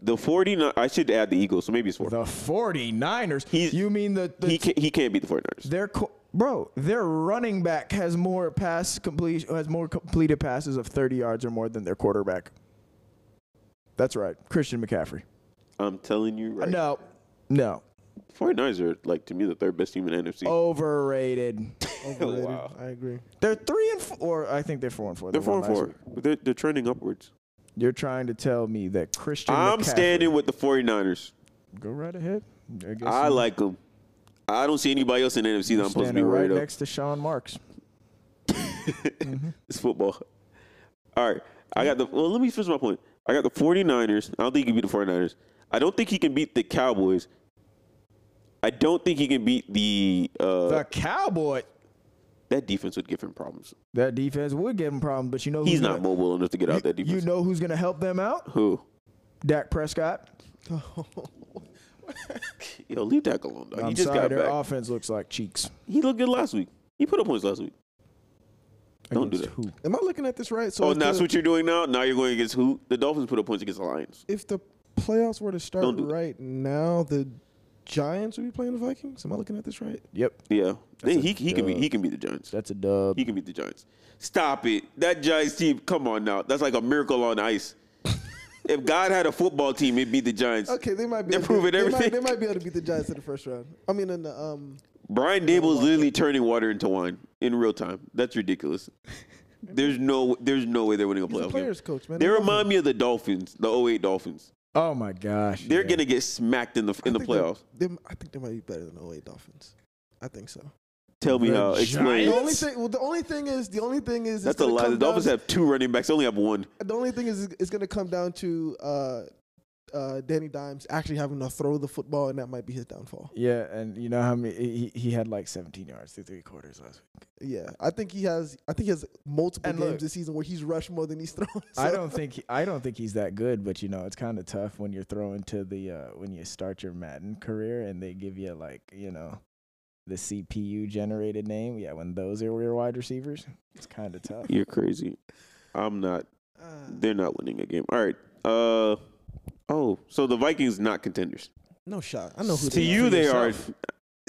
the 49. I should add the Eagles, so maybe it's four. The 49ers. He's- you mean the, the he can't. He can't beat the 49ers. their co- bro, their running back has more pass complete has more completed passes of 30 yards or more than their quarterback. That's right. Christian McCaffrey. I'm telling you right. No. No. 49ers are like to me the third best team in the NFC. Oh, Overrated. Overrated. wow. I agree. They're 3 and 4 or I think they're 4 and 4. they're They four won and last four. week. But they're, they're trending upwards. You're trying to tell me that Christian I'm McCaffrey- standing with the 49ers. Go right ahead. I, guess I you- like them. I don't see anybody else in the NFC that I'm supposed to be standing worried right of. next to Sean Marks. It's football. All right. I got the. Well, let me finish my point. I got the 49ers. I don't think he can beat the 49ers. I don't think he can beat the Cowboys. I don't think he can beat the. Uh, The Cowboy. that defense would give him problems. That defense would give him problems, but you know who's He's not gonna- mobile enough to get out that You defense. know who's going to help them out? Who? Dak Prescott. Yo, leave Dak alone, dog. I'm he just sorry, got their back. offense looks like cheeks. He looked good last week. He put up points last week. Don't do Against that. Who? Am I looking at this right? So oh, if now that's the- what you're doing now. Now you're going against who? The Dolphins put up points against the Lions. if the playoffs were to start Don't do that. right now, the Giants would be playing the Vikings. Am I looking at this right? Yep, Yeah, That's a he he can be dub. he can beat the Giants. that's a dub. He can beat the Giants. Stop it. That Giants team, come on now. That's like a miracle on ice. if God had a football team, it'd be the Giants. Okay, they might be They're able to- proving they might- everything. They might, be able to beat the Giants in the first round. I mean, in the um, Brian Dable is literally turning water into wine in real time. That's ridiculous. There's no there's no way they're winning a he's a playoff game. players coach, man. They I love him. remind me of the Dolphins, the 08 Dolphins. Oh my gosh, They're yeah. gonna get smacked in the in the I think they- playoffs. They, I think they might be better than 08 Dolphins. I think so. Tell me The how. Explain. The only thing, well, the only thing is, the only thing is, it's That's a gonna lie. come The Dolphins down- have two running backs. They only have one. The only thing is, it's going to come down to uh, uh, Danny Dimes actually having to throw the football, and that might be his downfall. Yeah, and you know how many he, he had like 17 yards through three quarters last week. Yeah, I think he has. I think he has multiple And games look- this season where he's rushed more than he's thrown. I so- don't think he- I don't think he's that good, but you know it's kind of tough when you're throwing to the uh, when you start your Madden career and they give you like you know the CPU generated name. Yeah, when those are your wide receivers, it's kind of tough. You're crazy. I'm not. Uh, They're not winning a game. All right. Uh oh. So the Vikings not contenders. no shot. I know who. to you, they are.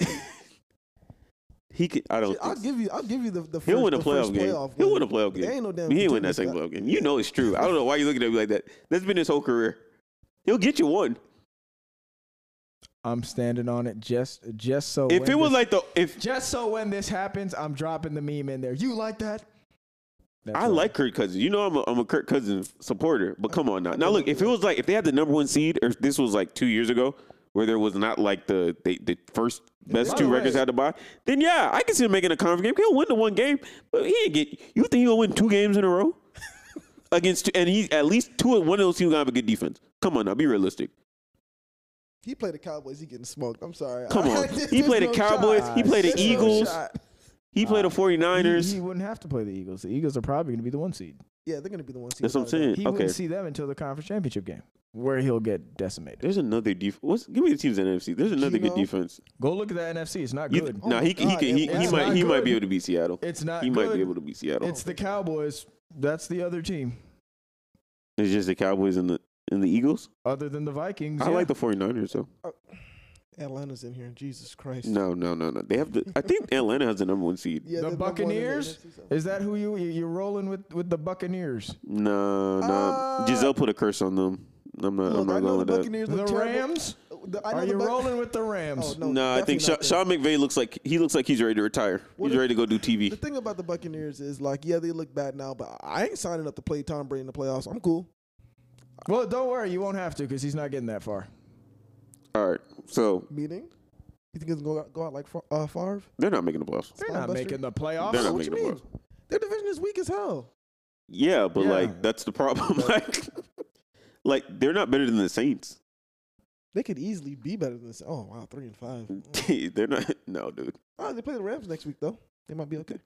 he could. I are. don't. Shit, I'll think so. give you. I'll give you the. the He'll first, win a the playoff first game. playoff He'll win. win a playoff There ain't game. no damn He ain't win that contenders, second guy. playoff game. You know it's true. I don't know why you're looking at me like that. That's been his whole career. He'll get you one. I'm standing on it just just so If when it was this- like the if just so when this happens, I'm dropping the meme in there. You like that? That's I right. like Kirk Cousins. You know I'm a, I'm a Kirk Cousins supporter, but come on now. Now look, if it was like if they had the number one seed, or if this was like two years ago, where there was not like the the, the first best By two the records way- had to buy, then yeah, I can see him making a conference game. He'll win the one game, but he ain't get. You think he'll win two games in a row against? two- And he at least two one of those teams gonna have a good defense. Come on now, be realistic. He played the Cowboys. He getting smoked. I'm sorry. Come on. There's He played the no Cowboys, shot. he played the There's no Eagles. shot. He played Uh, the 49ers. He, he wouldn't have to play the Eagles. The Eagles are probably going to be the one seed. Yeah, they're gonna be the ones. That's what I'm without a doubt. saying. He Okay, wouldn't see them until the conference championship game, where he'll get decimated. there's another defense. What's give me the teams in the NFC? There's another Geno. good defense. Go look at the NFC. It's not You, good. nah, my he c- God, he can, he, Atlanta. he It's might not he might good. be able to beat Seattle. It's not. He good. might be able to beat Seattle. It's the Cowboys. That's the other team, It's just the Cowboys and the and the Eagles. other than the Vikings. I yeah. like the 49ers though. Atlanta's in here. Jesus Christ. No, no, no, no. They have the I think Atlanta has the number one seed. Yeah, The they're number one in Buccaneers? NFC South. Is that who you you- you're rolling with with the Buccaneers? Nah, nah. Uh, Giselle put a curse on them. I'm not I'm Look, I not know going the with that. Buccaneers The look terrible. Oh, Rams? The- I know Are the you Buc- rolling with the Rams? Oh, no, nah, I think Sha- definitely Sean not McVay looks like he looks like he's ready to retire. What he's if- ready to go do there. The TV. thing about the Buccaneers is like, yeah, they look bad now, but I ain't signing up to play Tom Brady in the playoffs. I'm cool. Well, don't worry, you won't have to because he's not getting that far. All right. So Meaning, you think it's gonna go out, go out like Fa- uh, Favre? they're not making the playoffs. They're not Spinebuster. making the playoffs. They're not what you making the mean? playoffs. Their division is weak as hell. Yeah, but Yeah. like that's the problem. like like they're not better than the Saints. They could easily be better than this. Oh wow, three and five. they're not no dude. Oh, they play the Rams next week though. They might be okay.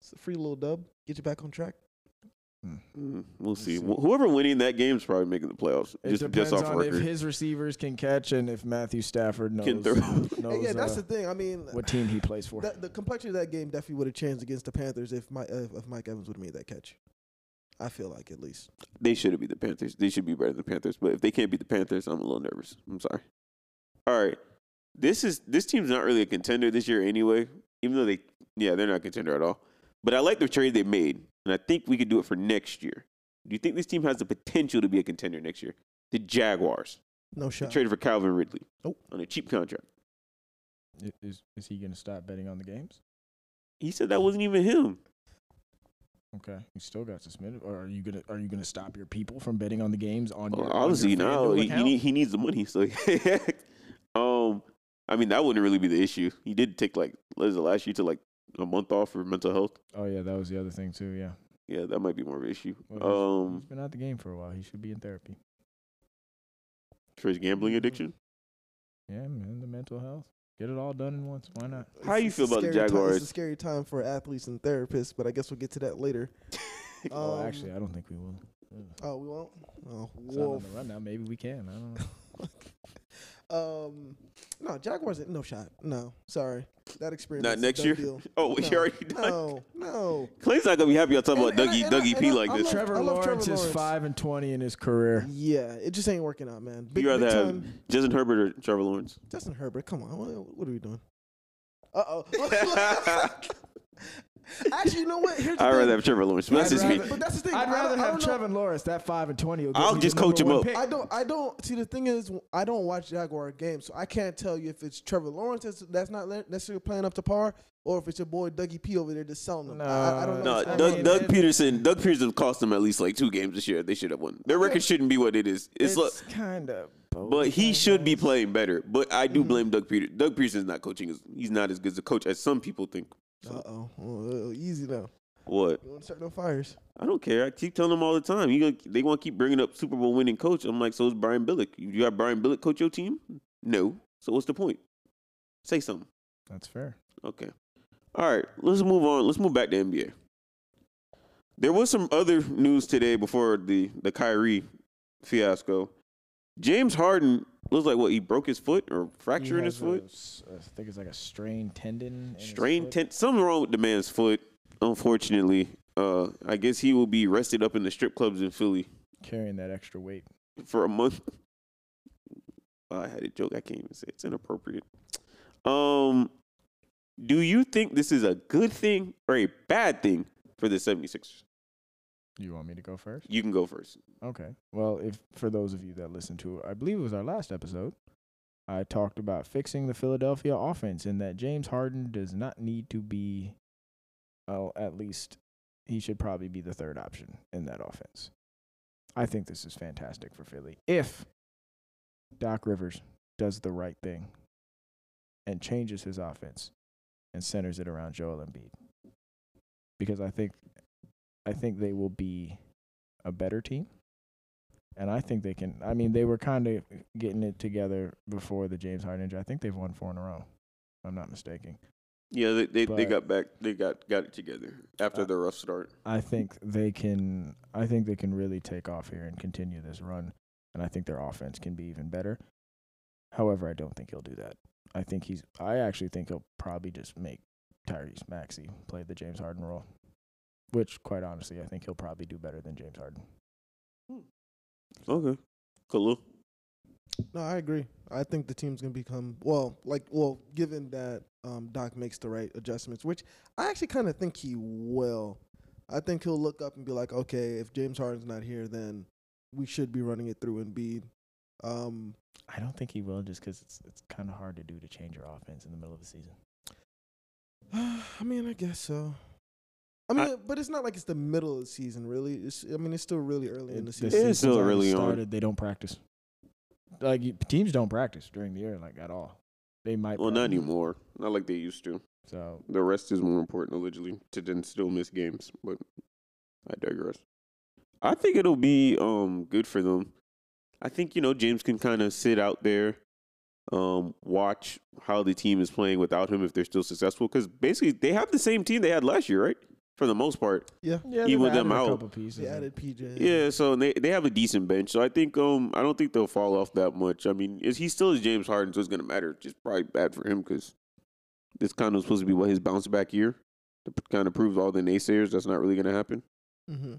It's a free little dub. Get you back on track. Mm, We'll see. see. Wh- Whoever winning that game is probably making the playoffs. It just depends just off on if record. his receivers can catch and if Matthew Stafford knows, Can throw. And knows yeah, that's uh, the thing. I mean, what team he plays for. that, the complexion of that game definitely would have changed against the Panthers if Mike uh, if Mike Evans would have made that catch. I feel like at least. they should have beat the Panthers. They should be better than the Panthers. But if they can't beat the Panthers, I'm a little nervous. I'm sorry. All right. This is this team's not really a contender this year anyway. Even though they yeah, they're not a contender at all. But I like the trade they made, and I think we could do it for next year. Do you think this team has the potential to be a contender next year? The Jaguars. No They shot. traded for Calvin Ridley. Nope. On a cheap contract. I- Is, is he going to stop betting on the games? He said that wasn't even him. Okay, he still got suspended. Or are you gonna are you gonna stop your people from betting on the games on? Well, your, obviously on your now FanDuel he, he, account? need, he needs the money. So, um, I mean that wouldn't really be the issue. He did take like what is it last year to like a month off for mental health. Oh yeah, that was the other thing too. Yeah, Yeah, that might be more of an issue. Well, he's Um, been out the game for a while. He should be in therapy. for his gambling addiction. Yeah, man, the mental health. Get it all done in once. Why not? How you feel about the Scary ti- Jaguars? it's a scary time for athletes and therapists, but I guess we'll get to that later. oh, Um, actually, I don't think we will. Ugh. Oh, we won't. Oh, It's not on wolf. the run now. Maybe we can. I don't know. Um, no, Jaguars. No shot. No, sorry. That experience. Not is a next done year? deal. Oh, we no, already done. No, no. Clay's not gonna be happy. I talking And- about and I- Dougie and I- Dougie and P I- like I this. love- Trevor, love Lawrence Trevor is Lawrence. five and twenty in his career. Yeah, it just ain't working out, man. Big, You rather big have time. Justin Herbert or Trevor Lawrence? Justin Herbert. Come on. What, what are we doing? Uh oh. Actually, you know what? Here's the I'd rather thing. have Trevor Lawrence. But that's I'd just me. rather- But that's the thing. I'd I don't- rather I have don't know- Trevor Lawrence. That five and twenty. will get I'll you just the coach number him one up. pick. I don't. I don't. See, the thing is, I don't watch Jaguar games, so I can't tell you if it's Trevor Lawrence that's, that's not le- necessarily playing up to par, or if it's your boy Dougie P over there just selling them. I, I don't No, know. I Doug, mean, Doug it- Peterson. Doug Peterson cost them at least like two games this year. They should have won. Their record shouldn't be what it is. It's, look. kind of. But he should be playing better. But I do blame Doug Peter. Doug Peterson's not coaching. as He's not as good as a coach as some people think. Uh oh. Easy now. What? You want to start no fires? I don't care. I keep telling them all the time. You gonna, they want to keep bringing up Super Bowl winning coach. I'm like, so is Brian Billick. You you got Brian Billick coach your team? No. So what's the point? Say something. That's fair. Okay. All right. Let's move on. Let's move back to NBA. There was some other news today before the the Kyrie fiasco. James Harden looks like what he broke his foot or fracture in his foot. I think it's like a strained tendon. Strain tent. Something wrong with the man's foot. Unfortunately, uh, I guess he will be rested up in the strip clubs in Philly Carrying that extra weight. for a month. I had a joke. I can't even say it. it's inappropriate. Um, do you think this is a good thing or a bad thing for the 76ers? You want me to go first? You can go first. Okay. Well, if for those of you that listened to, I believe it was our last episode, I talked about fixing the Philadelphia offense and that James Harden does not need to be, well, at least he should probably be the third option in that offense. I think this is fantastic for Philly if Doc Rivers does the right thing and changes his offense and centers it around Joel Embiid, because I think, I think they will be a better team. And I think they can. I mean, they were kind of getting it together before the James Harden injury. I think they've won four in a row, if I'm not mistaken. Yeah, they they, they But- got back. They got got it together after Uh, the rough start. I think they can. I think they can really take off here and continue this run. And I think their offense can be even better. However, I don't think he'll do that. I think he's. I actually think he'll probably just make Tyrese Maxey play the James Harden role, which, quite honestly, I think he'll probably do better than James Harden. Okay, Khalil. No, I agree. I think the team's gonna become well, like well, given that um, Doc makes the right adjustments, which I actually kind of think he will. I think he'll look up and be like, okay, if James Harden's not here, then we should be running it through Embiid. Um, I don't think he will, just because it's it's kind of hard to do to change your offense in the middle of the season. I mean, I guess so. I mean, but it's not like it's the middle of the season, really. It's, I mean, it's still really early in the It- the season. is season's still already early on. started, They don't practice. Like you- teams don't practice during the year, like at all. They might. Well, not practice. anymore. Not like they used to. So The rest is more important, allegedly, to then still miss games. But I digress. I think it'll be um good for them. I think you know James can kind of sit out there, um, watch how the team is playing without him if they're still successful. Because basically they have the same team they had last year, right? For the most part. yeah, yeah, Even they've with them added out, a couple pieces. they added PJ. Yeah, so they they have a decent bench. So I think um I don't think they'll fall off that much. I mean, is he still is James Harden, so it's gonna matter. It's just probably bad for him because this kind of supposed to be what his bounce back year to kind of prove all the naysayers that's not really gonna happen. hmm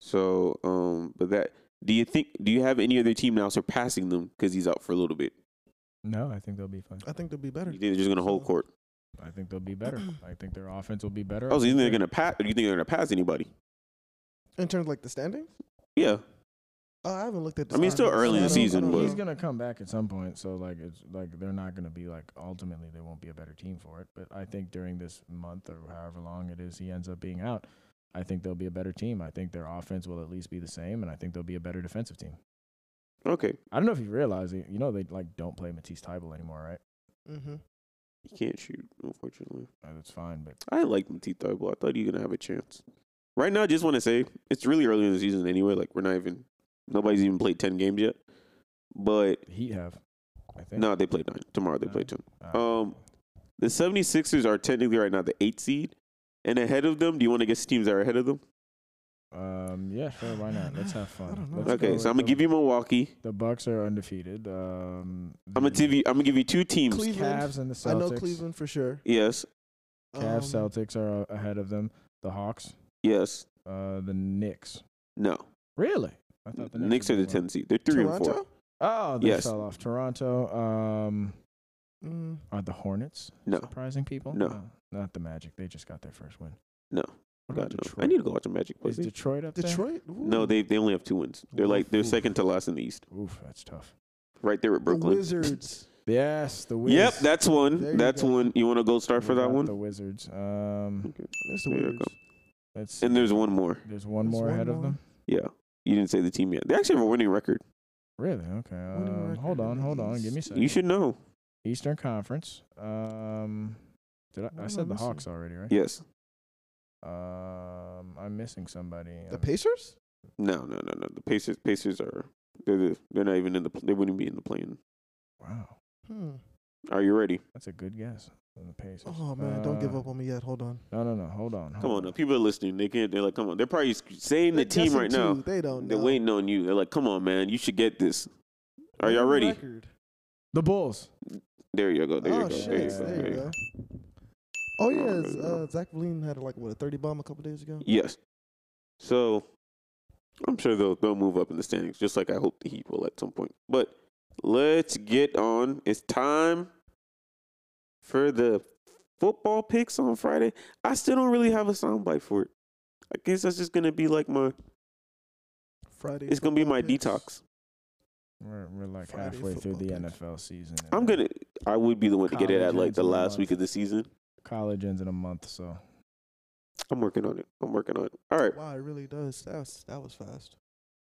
So um, but that do you think do you have any other team now surpassing them because he's out for a little bit? No, I think they'll be fine. I think they'll be better. You think they're just gonna hold court? I think they'll be better. I think their offense will be better. Oh, so you think they're gonna pass? Do you think they're gonna pass anybody? In terms of like the standings, Yeah, uh, I haven't looked at. The I mean, it's still standings. early in I the don't- I season, don't but- know. he's gonna come back at some point. So like it's like they're not gonna be like ultimately they won't be a better team for it. But I think during this month or however long it is he ends up being out, I think they'll be a better team. I think their offense will at least be the same, and I think they'll be a better defensive team. okay. I don't know if you realize it. You know they like don't play Matisse Tybel anymore, right? Mm-hmm. He can't shoot, unfortunately. Uh, That's fine, but I like Matisse Thybulle. I thought he was gonna have a chance. Right now, I just want to say it's really early in the season anyway. Like we're not even nobody's even played ten games yet. But the Heat have. I think. no, they played nine tomorrow. They play Nine. ten. Uh, um, The 76ers are technically right now the eight seed, and ahead of them. Do you want to guess the teams that are ahead of them? um, yeah, sure. Why not? Let's have I don't fun. know. Let's Okay, go so with I'm gonna the- give you Milwaukee. The Bucks are undefeated. Um, I'm gonna the give you. I'm gonna give you two teams. Cle- Cleveland. Cavs and the I Celtics. know Cleveland for sure. Yes, Cavs, Um, Celtics are uh, ahead of them. The Hawks, yes, uh, the Knicks. no. Really? I The thought the Knicks, Knicks are were the one. 10 seed. They're three and four. Toronto? Oh, they Yes. fell off. Toronto. Um, Mm, are the Hornets No. surprising people? Oh, No. not the Magic. They just got their first win. No. What about God, Detroit? no. I need to go watch the Magic play. Is Detroit up there? Detroit? Ooh. no, they they only have two wins. They're like they're Oof. second to last in the East, Oof, that's tough. right there with the Brooklyn. Wizards. Yes, the Wiz. Yep, that's one. There you that's go. one. You want to go start for What that about one? The Wizards. Um, Okay. That's the There you Wizards. go. let's see. And there's one more. There's one There's more one ahead of more. them. Yeah. You didn't say the team yet. They actually have a winning record. Really? Okay. do you Um, reckon hold in on, the hold on. Give me a East? second. You should know. Eastern Conference. Um, did What I? I am I said the missing? Hawks already, right? Yes. Um, I'm missing somebody. uh, The I'm- Pacers? No, no, no, no. The Pacers, Pacers are they're the- they're not even in the. They wouldn't be in the plane. wow, Hmm. Are you ready? that's a good guess. on The Pacers. Oh man, don't give Uh, up on me yet. Hold on. No, no, no. Hold on. Come hold on, now. people are listening. They can't. They're like, come on. They're probably sc- saying They're the team guessing right now. too. They don't. They're know. waiting on you. They're like, come on, man. You should get this. Are y'all What ready? record? The Bulls. There you go. There you Oh go. shit! There you go. There you go. Oh There yeah, you it's, go. uh, Zach Levine had like what a thirty bomb a couple days ago. Yes. So I'm sure they'll they'll move up in the standings, just like I hope the Heat will at some point. But let's get on. It's time for the football picks on Friday. I still don't really have a soundbite for it. I guess that's just gonna be like my Friday. it's gonna be football my picks. detox. We're we're like Friday halfway through football the picks. NFL season. and I'm then gonna I would be the one to get it at College like ends the in a last month. week of the season. College ends in a month, so I'm working on it. I'm working on it. All right. Wow, it really does. That was that was fast.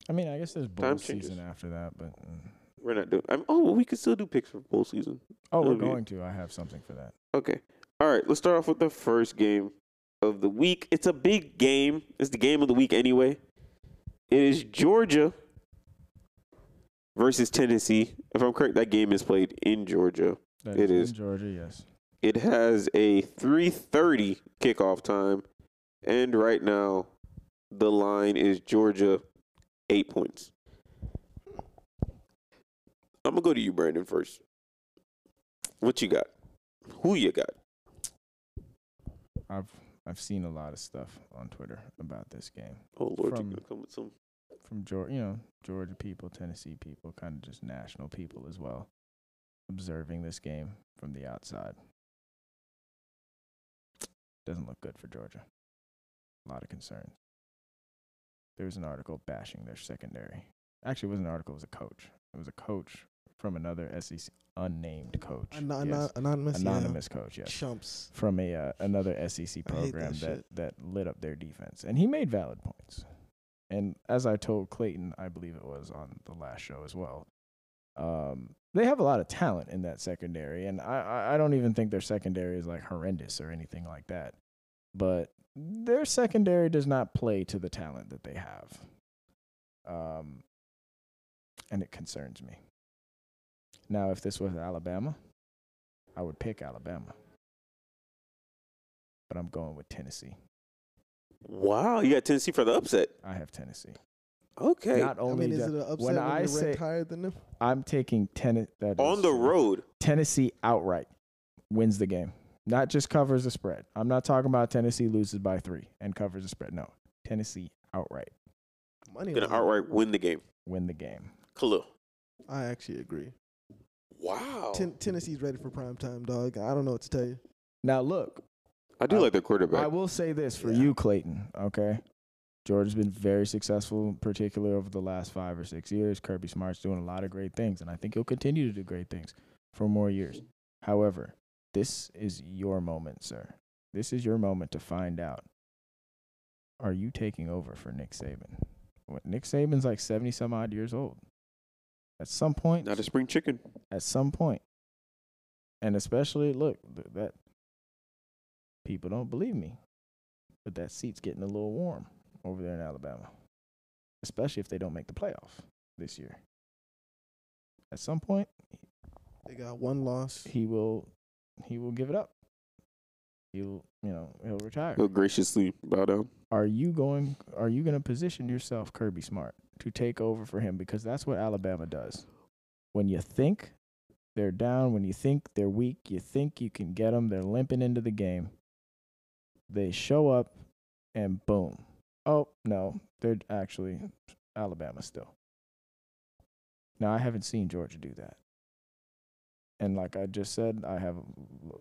I mean, I guess there's bowl changes. season after that, but mm. We're not doing I'm, oh we could still do picks for bowl season. oh, we're It'll be- going to. I have something for that. Okay. All right. Let's start off with the first game of the week. It's a big game. It's the game of the week anyway. It is Georgia versus Tennessee. If I'm correct, that game is played in Georgia. That It is. in Georgia. Yes. It has a 3:30 kickoff time, and right now the line is Georgia eight points. I'm gonna go to you, Brandon, first. What you got? Who you got? I've I've seen a lot of stuff on Twitter about this game Oh Lord, From- you gonna come with some from Georgia, you know, Georgia people, Tennessee people, kind of just national people as well, observing this game from the outside. Doesn't look good for Georgia. A lot of concerns. There was an article bashing their secondary. Actually, it wasn't an article. It was a coach. It was a coach from another SEC unnamed coach. Anon- yes. anonymous. yeah. Anonymous coach. Yes Chumps. from a uh, another SEC that program that, shit. that lit up their defense, and he made valid points. And as I told Clayton, I believe it was on the last show as well. Um, they have a lot of talent in that secondary, and I, I I don't even think their secondary is like horrendous or anything like that. But their secondary does not play to the talent that they have, um, and it concerns me. Now, if this was Alabama, I would pick Alabama but I'm going with Tennessee. Wow, you got Tennessee for the upset. I have Tennessee. Okay. Not I only mean, is that, it an upset when when, I you're say ranked higher than them? I'm taking Tennessee On the road. Tennessee outright wins the game, not just covers the spread. I'm not talking about Tennessee loses by three and covers the spread. No, Tennessee outright Money. Gonna line. outright win the game. win the game. Khalil. I actually agree. Wow. Ten- Tennessee's ready for prime time, dog. I don't know what to tell you. Now look, I do I- like their I quarterback. will say this for Yeah. you, Clayton. Okay. Georgia's been very successful, particularly over the last five or six years. Kirby Smart's doing a lot of great things, and I think he'll continue to do great things for more years. However, this is your moment, sir. This is your moment to find out are you taking over for Nick Saban? What, Nick Saban's like 70 some odd years old. At some point, Not a spring chicken. at some point. And especially, look, th- that people don't believe me, but that seat's getting a little warm over there in Alabama, especially if they don't make the playoff this year. At some point, They got one loss. he will, he will give it up. He'll, you know, he'll retire. He'll graciously bow down. Are you going? Are you going to position yourself, Kirby Smart, to take over for him? Because that's what Alabama does. When you think they're down, when you think they're weak, you think you can get them. They're limping into the game. They show up, and boom. Oh no, they're actually Alabama still. Now I haven't seen Georgia do that. And like I just said, I have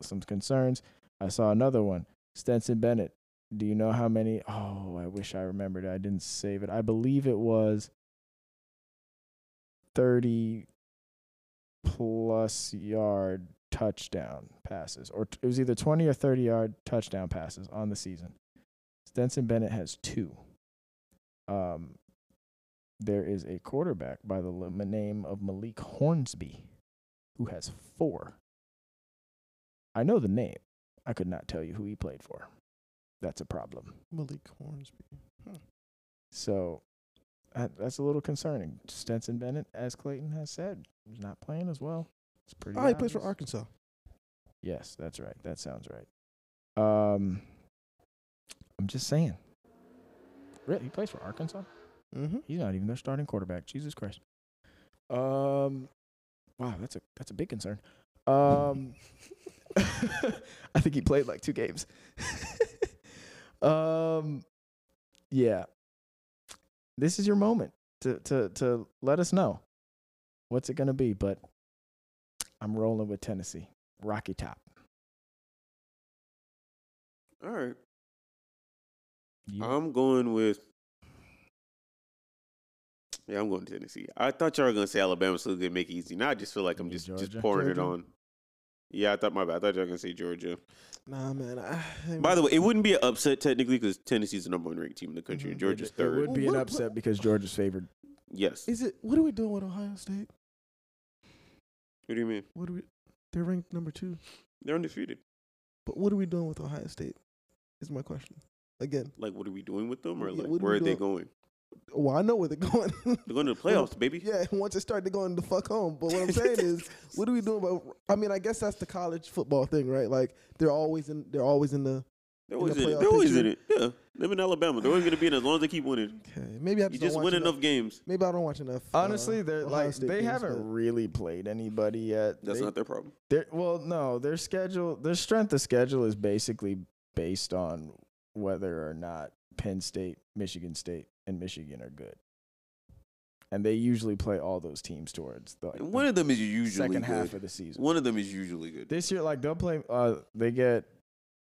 some concerns. I saw another one, Stenson Bennett. Do you know how many? Oh, I wish I remembered. I didn't save it. I believe it was 30 plus yard touchdown passes, or t- it was either 20 or 30 yard touchdown passes on the season. Stenson Bennett has two. Um, there is a quarterback by the l- name of Malik Hornsby who has four. I know the name. I could not tell you who he played for That's a problem. Malik Hornsby. So that, that's a little concerning. Stenson Bennett, as Clayton has said, is not playing as well. It's pretty. Oh, he plays for obvious. Arkansas. Yes, that's right. That sounds right. Um, I'm just saying. Really, he plays for Arkansas. Mm-hmm. He's not even their starting quarterback. Jesus Christ. Um, wow, that's a that's a big concern. Um, I think he played like two games. um, yeah. This is your moment to to to let us know what's it gonna be. But I'm rolling with Tennessee. Rocky Top. All right. You- I'm going with. Yeah, I'm going to Tennessee. I thought y'all were gonna say Alabama so they make it easy. Now I just feel like I'm You mean just just Georgia? pouring it Georgia? on. Yeah, I thought my bad. I thought y'all were gonna say Georgia. Nah, man. I, By the way, it wouldn't be an upset technically because Tennessee's the number one ranked team in the country and Mhm. Georgia's Mm-hmm. it, third. It would be an What- upset because Georgia's favored. Yes. is it what are we doing with Ohio State? What do you mean? What are we? They're ranked number two, They're undefeated. but what are we doing with Ohio State? Is my question again. Like, what are we doing with them, or Yeah, like, what are where we are they doing? going? Well, I know where they're going. They're going to the playoffs, baby. yeah, once it started going the fuck home. But what I'm saying is, what are we doing about? I mean, I guess that's the college football thing, right? Like they're always in. They're always in the. They're in always the in it. playoff They're always picture. in it. Yeah, them in Alabama. They're always going to be in it as long as they keep winning. Okay, maybe I You just, just don't win watch enough enough. games. Maybe I don't watch enough. Honestly, uh, they're Ohio like State they games, haven't but- really played anybody yet. That's They- not their problem. Their, well, no, their schedule, their strength of schedule is basically based on whether or not Penn State, Michigan State, and Michigan are good. And they usually play all those teams towards the, like, And the one of them is usually second good. half of the season. One of them is usually good. This year, like they'll play, uh, they get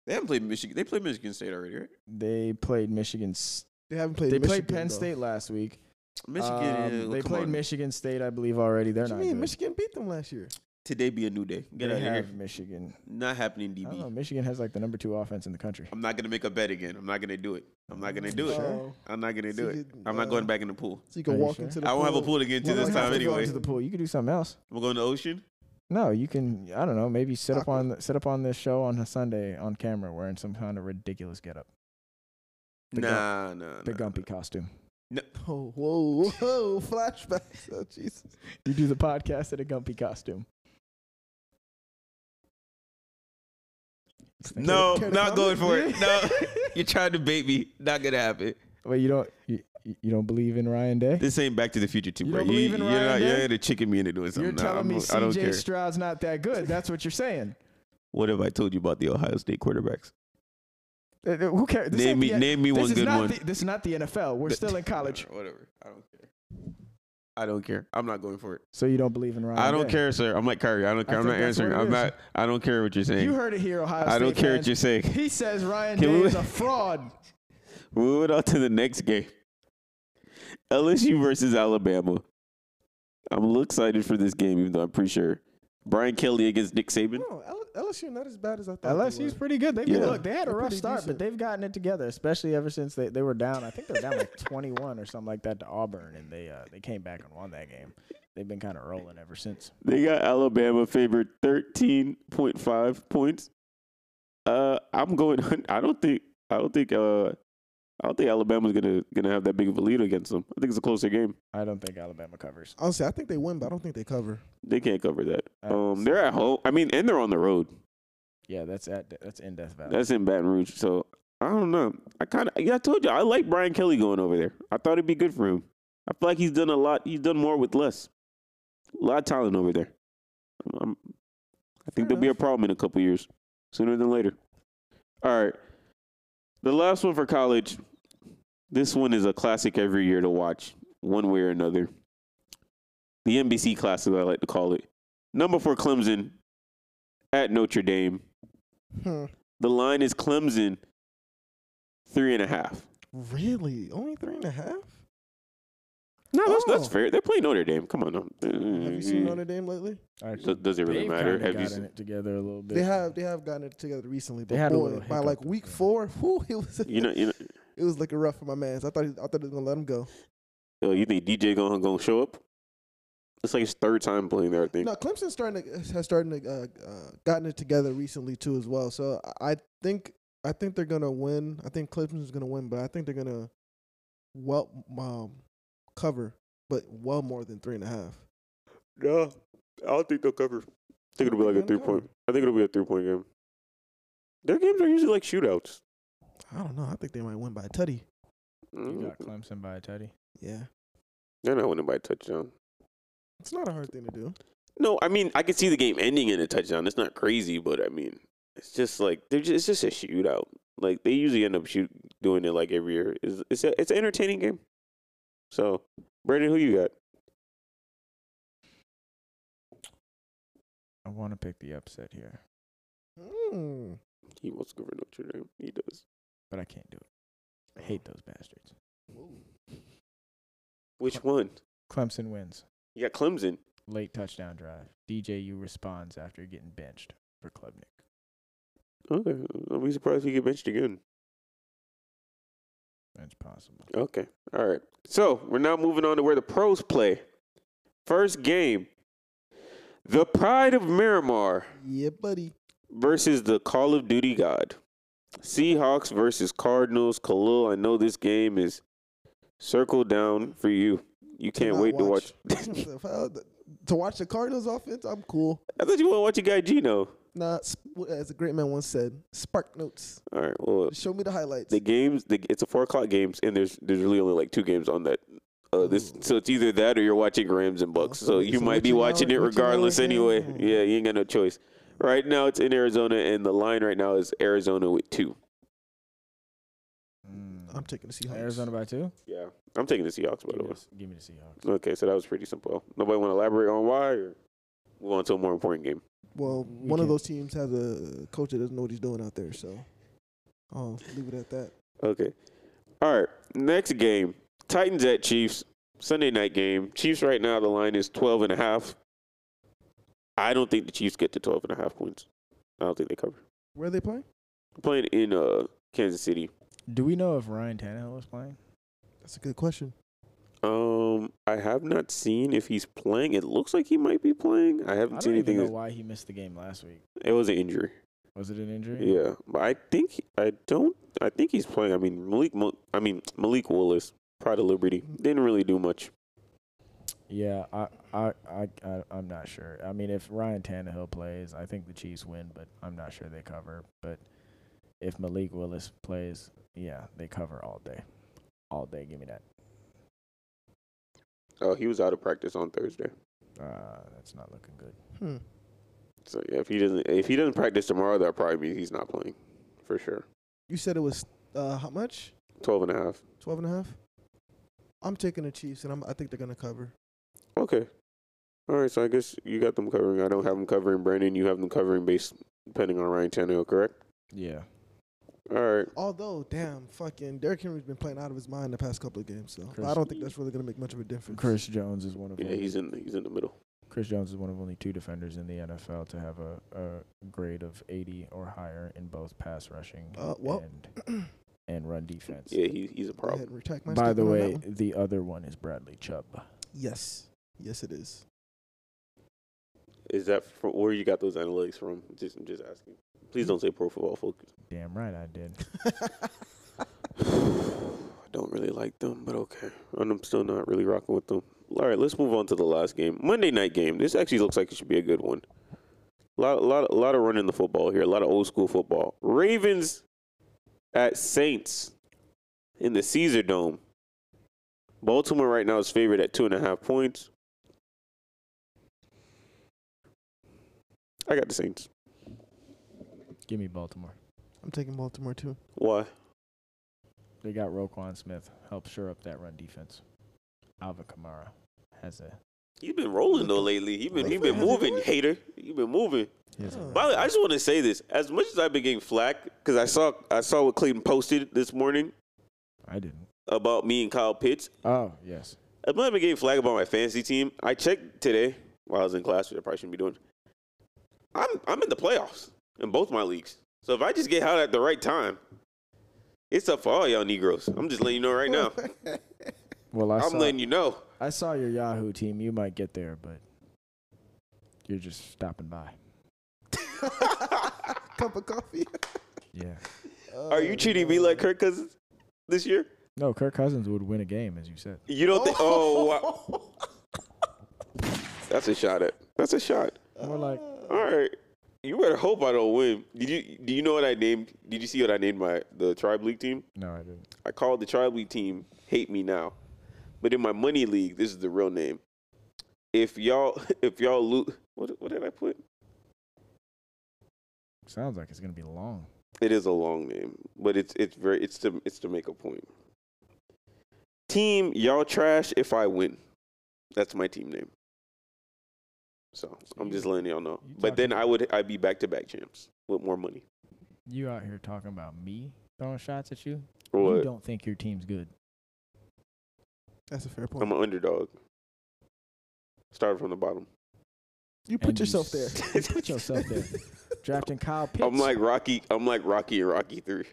They haven't played Michigan. They played Michigan State already, right? they played Michigan. s- They haven't played. They Michigan, played Penn though. State last week. Michigan. Um, yeah, well, they come played on. Michigan State, I believe, already. They're What do not. you mean good. Michigan beat them last year? Today be a new day. Get they out of have here. Michigan. Not happening, I don't know. DB. Michigan has like the number two offense in the country. I'm not gonna make a bet again. I'm not gonna do it. I'm not gonna do it. Sure. Oh, I'm not gonna So do you it. didn't, I'm not going uh, back in the pool. so you can Are you walk sure? into the. I won't have a pool. pool again You until this don't have time to go anyway. into the pool. You could do something else. We're going to the ocean. No, you can. I don't know. Maybe sit up Aqua. on sit up on this show on a Sunday on camera wearing some kind of ridiculous getup, The gu- Nah, nah, the nah, Gumpy costume. Oh, whoa, whoa, flashbacks. Oh, Jesus. You do the podcast in a Gumpy costume. No, Care to not going comment? for it. No, you're trying to bait me. Not gonna happen. Wait, you don't you, you you don't believe in Ryan Day? This ain't Back to the Future too, You bro. don't believe in you're Ryan not. Day? You're the chicken me into doing something. You're Nah, telling me I'm- I don't CJ care. Stroud's not that good. That's what you're saying. What have I told you about the Ohio State quarterbacks? Uh, uh, Who cares? This name ain't me, the- name me this one is good not one. The, this is not the NFL. We're Th- uh, still in college, Whatever. I don't care. I don't care. I'm not going for it. so you don't believe in Ryan. I don't Day. care, sir. I'm like Kyrie. I don't care. I am not think that's answering. what it I'm is. not. I don't care what you're saying. You heard it here, Ohio State. I don't care fans. what you're saying. He says Ryan Can Day we- is a fraud. Moving on to the next game. LSU versus Alabama. I'm a little excited for this game, even though I'm pretty sure Brian Kelly against Nick Saban. No, L- LSU not as bad as I thought. they LSU's were. pretty good. They Yeah. look, they had a They're rough pretty start, but decent. they've gotten it together, especially ever since they, they were down. I think they were down like 21 or something like that to Auburn, and they uh, they came back and won that game. They've been kind of rolling ever since. They got Alabama favored 13.5 points. Uh, I'm going. I don't think. I don't think. Uh, I don't think Alabama's gonna gonna have that big of a lead against them. I think it's a closer game. I don't think Alabama covers. Honestly, I think they win, but I don't think they cover. They can't cover that. I don't Um, see they're it. at home. I mean, and they're on the road. Yeah, that's at that's in Death Valley. That's in Baton Rouge. So I don't know. I kind of. Yeah, I told you I like Brian Kelly going over there. I thought it'd be good for him. I feel like he's done a lot. He's done more with less. A lot of talent over there. Um, I think Fair there'll be a enough. problem in a couple years, sooner than later. All right. The last one for college. This one is a classic every year to watch, one way or another. The NBC classic, I like to call it. Number four, Clemson at Notre Dame. Hmm. The line is Clemson three and a half. Really? Only three and a half? No, that's that's Oh. fair. They're playing Notre Dame. Come on, no. Have you Mm-hmm. seen Notre Dame lately? So does it really They've matter? kinda Have you gotten seen, it together a little bit? They have they have gotten it together recently, but They had a boy, little by hiccup like at week the end. four, whew, it was you know you know it was looking rough for my man's. I thought he, I thought he was gonna let him go. uh, you think DJ gonna gonna show up? It's like his third time playing there. I think. No, Clemson starting to, has starting to uh, uh, gotten it together recently too as well. So I I think I think they're gonna win. I think Clemson's gonna win, but I think they're gonna well um, cover, but well more than three and a half. No, I don't think they'll cover. I think it'll be like a They're three gonna cover. point. I think it'll be a three point game. Their games are usually like shootouts. I don't know. I think they might win by a tutty. You Mm. got Clemson by a teddy. Yeah, They're not winning by a touchdown. it's not a hard thing to do. No, I mean I could see the game ending in a touchdown. It's not crazy, but I mean it's just like they're just, it's just a shootout. Like they usually end up shoot doing it like every year. It's it's, a, it's an entertaining game. So Brandon, who you got? I want to pick the upset here, Mm. He wants to go for Notre Dame. He does. but I can't do it. I hate those bastards. Which one? Clemson wins. You got Clemson. Late touchdown drive. DJU responds after getting benched for Klubnik. Okay, I'll be surprised if you get benched again. That's possible. Okay. All right. So we're now moving on to where the pros play. First game The Pride of Miramar Yeah, buddy. versus the Call of Duty God. Seahawks versus Cardinals. Khalil, I know this game is circled down for you. You can't not wait watch. to watch. If I- uh, to watch the Cardinals offense, I'm cool. I thought you want to watch your guy Gino. Nah, sp- as a great man once said, spark notes. All right. Well, Show me the highlights. the games, the, it's a four o'clock games, and there's there's really only like two games on that. Uh, this so it's either that or you're watching Rams and Bucks. Oh, So so you Oh. so might what be you know- watching it what you know regardless again? anyway. Hmm. Yeah, you ain't got no choice. Right now it's in Arizona, and the line right now is Arizona with two. Mm. I'm taking the Seahawks. Arizona by two. Yeah, I'm taking the Seahawks by Give the me, way. the, give me the Seahawks. Okay, so that was pretty simple. Nobody want to elaborate on why or move on to a more important game. Well, We one of can't- those teams has a coach that doesn't know what he's doing out there, so I'll leave it at that. Okay. All right. Next game. Titans at Chiefs. Sunday night game. Chiefs right now the line is 12 and a half. I don't think the Chiefs get to 12 and a half points. I don't think they cover. Where are they playing? They're playing in uh Kansas City. Do we know if Ryan Tannehill is playing? That's a good question. Um I have not seen if he's playing. It looks like he might be playing. I haven't I seen don't even anything. know that- why he missed the game last week. It was an injury. Was it an injury? Yeah. But I think I don't I think he's playing. I mean Malik Mo- I mean Malik Willis, Pride of Liberty. Didn't really do much. Yeah, I, I, I, I, I'm not sure. I mean, if Ryan Tannehill plays, I think the Chiefs win, but I'm not sure they cover. But if Malik Willis plays, yeah, they cover all day, all day. Give me that. Oh, he was out of practice on Thursday. Uh, that's not looking good. Hmm. So yeah, if he doesn't if he doesn't practice tomorrow, that probably means he's not playing for sure. You said it was uh, how much? Twelve and a half. 12 and a half? I'm taking the Chiefs, and I'm, I think they're going to cover. Okay. All right, so I guess you got them covering. I don't have them covering. Brandon, you have them covering based depending on Ryan Tannehill, correct? Yeah, All right. Although, damn, fucking Derrick Henry's been playing out of his mind the past couple of games, so Chris- I don't think that's really going to make much of a difference. Chris Jones is one of Yeah, only- he's in he's in the middle. Chris Jones is one of only two defenders in the NFL to have a, a grade of 80 or higher in both pass rushing Uh, well, and and run defense. Yeah, he, he's a Go ahead problem. and retract my By the statement on that way, one. the other one is Bradley Chubb. yes, yes, it is. Is that from where you got those analytics from? Just I'm just asking. Please don't say pro football focus. Damn right I did. I don't really like them, but okay. And I'm still not really rocking with them. All right, let's move on to the last game. Monday night game. This actually looks like it should be a good one. A lot, lot, lot of running the football here. A lot of old school football. Ravens at Saints in the Caesar Dome. Baltimore right now is favored at two and a half points. I got the Saints. Give me Baltimore. I'm taking Baltimore too. Why? They got Roquan Smith. Help shore up that run defense. Alvin Kamara has a. He's been rolling though lately. He been he been Has he moving, really? hater. He been moving. he has a Oh. run- By the way, I just want to say this: as much as I've been getting flack, because I saw I saw what Clayton posted this morning I didn't. about me and Kyle Pitts. Oh yes. As much as I've been getting flack about my fantasy team, I checked today while I was in class, which I probably shouldn't be doing. I'm I'm in the playoffs in both my leagues, so if I just get out at the right time, it's up for all y'all Negroes. I'm just letting you know right now. Well, I I'm saw. letting you know. I saw your Yahoo team. You might get there, but you're just stopping by. Cup of coffee. Yeah. Are you treating me like Kirk Cousins this year? No, Kirk Cousins would win a game, as you said. You don't think? Oh, wow. that's a shot at. That's a shot. More like All right. You better hope I don't win. Did you? Do you know what I named? Did you see what I named my the tribe league team? no, I didn't. I called the tribe league team "Hate Me Now," but in my money league, this is the real name. If y'all, if y'all lose, what what did I put? Sounds like it's gonna be long. It is a long name, but it's it's very it's to it's to make a point. Team y'all trash if I win. That's my team name. So I'm just letting y'all know. you But then talking- I would I'd be back to back champs with more money. You out here talking about me throwing shots at you? You Or don't think your team's good? That's a fair point. I'm an underdog. Started from the bottom. You put And you yourself there. s- you put yourself there. Drafting Kyle Pitts. I'm like Rocky. I'm like Rocky and Rocky three.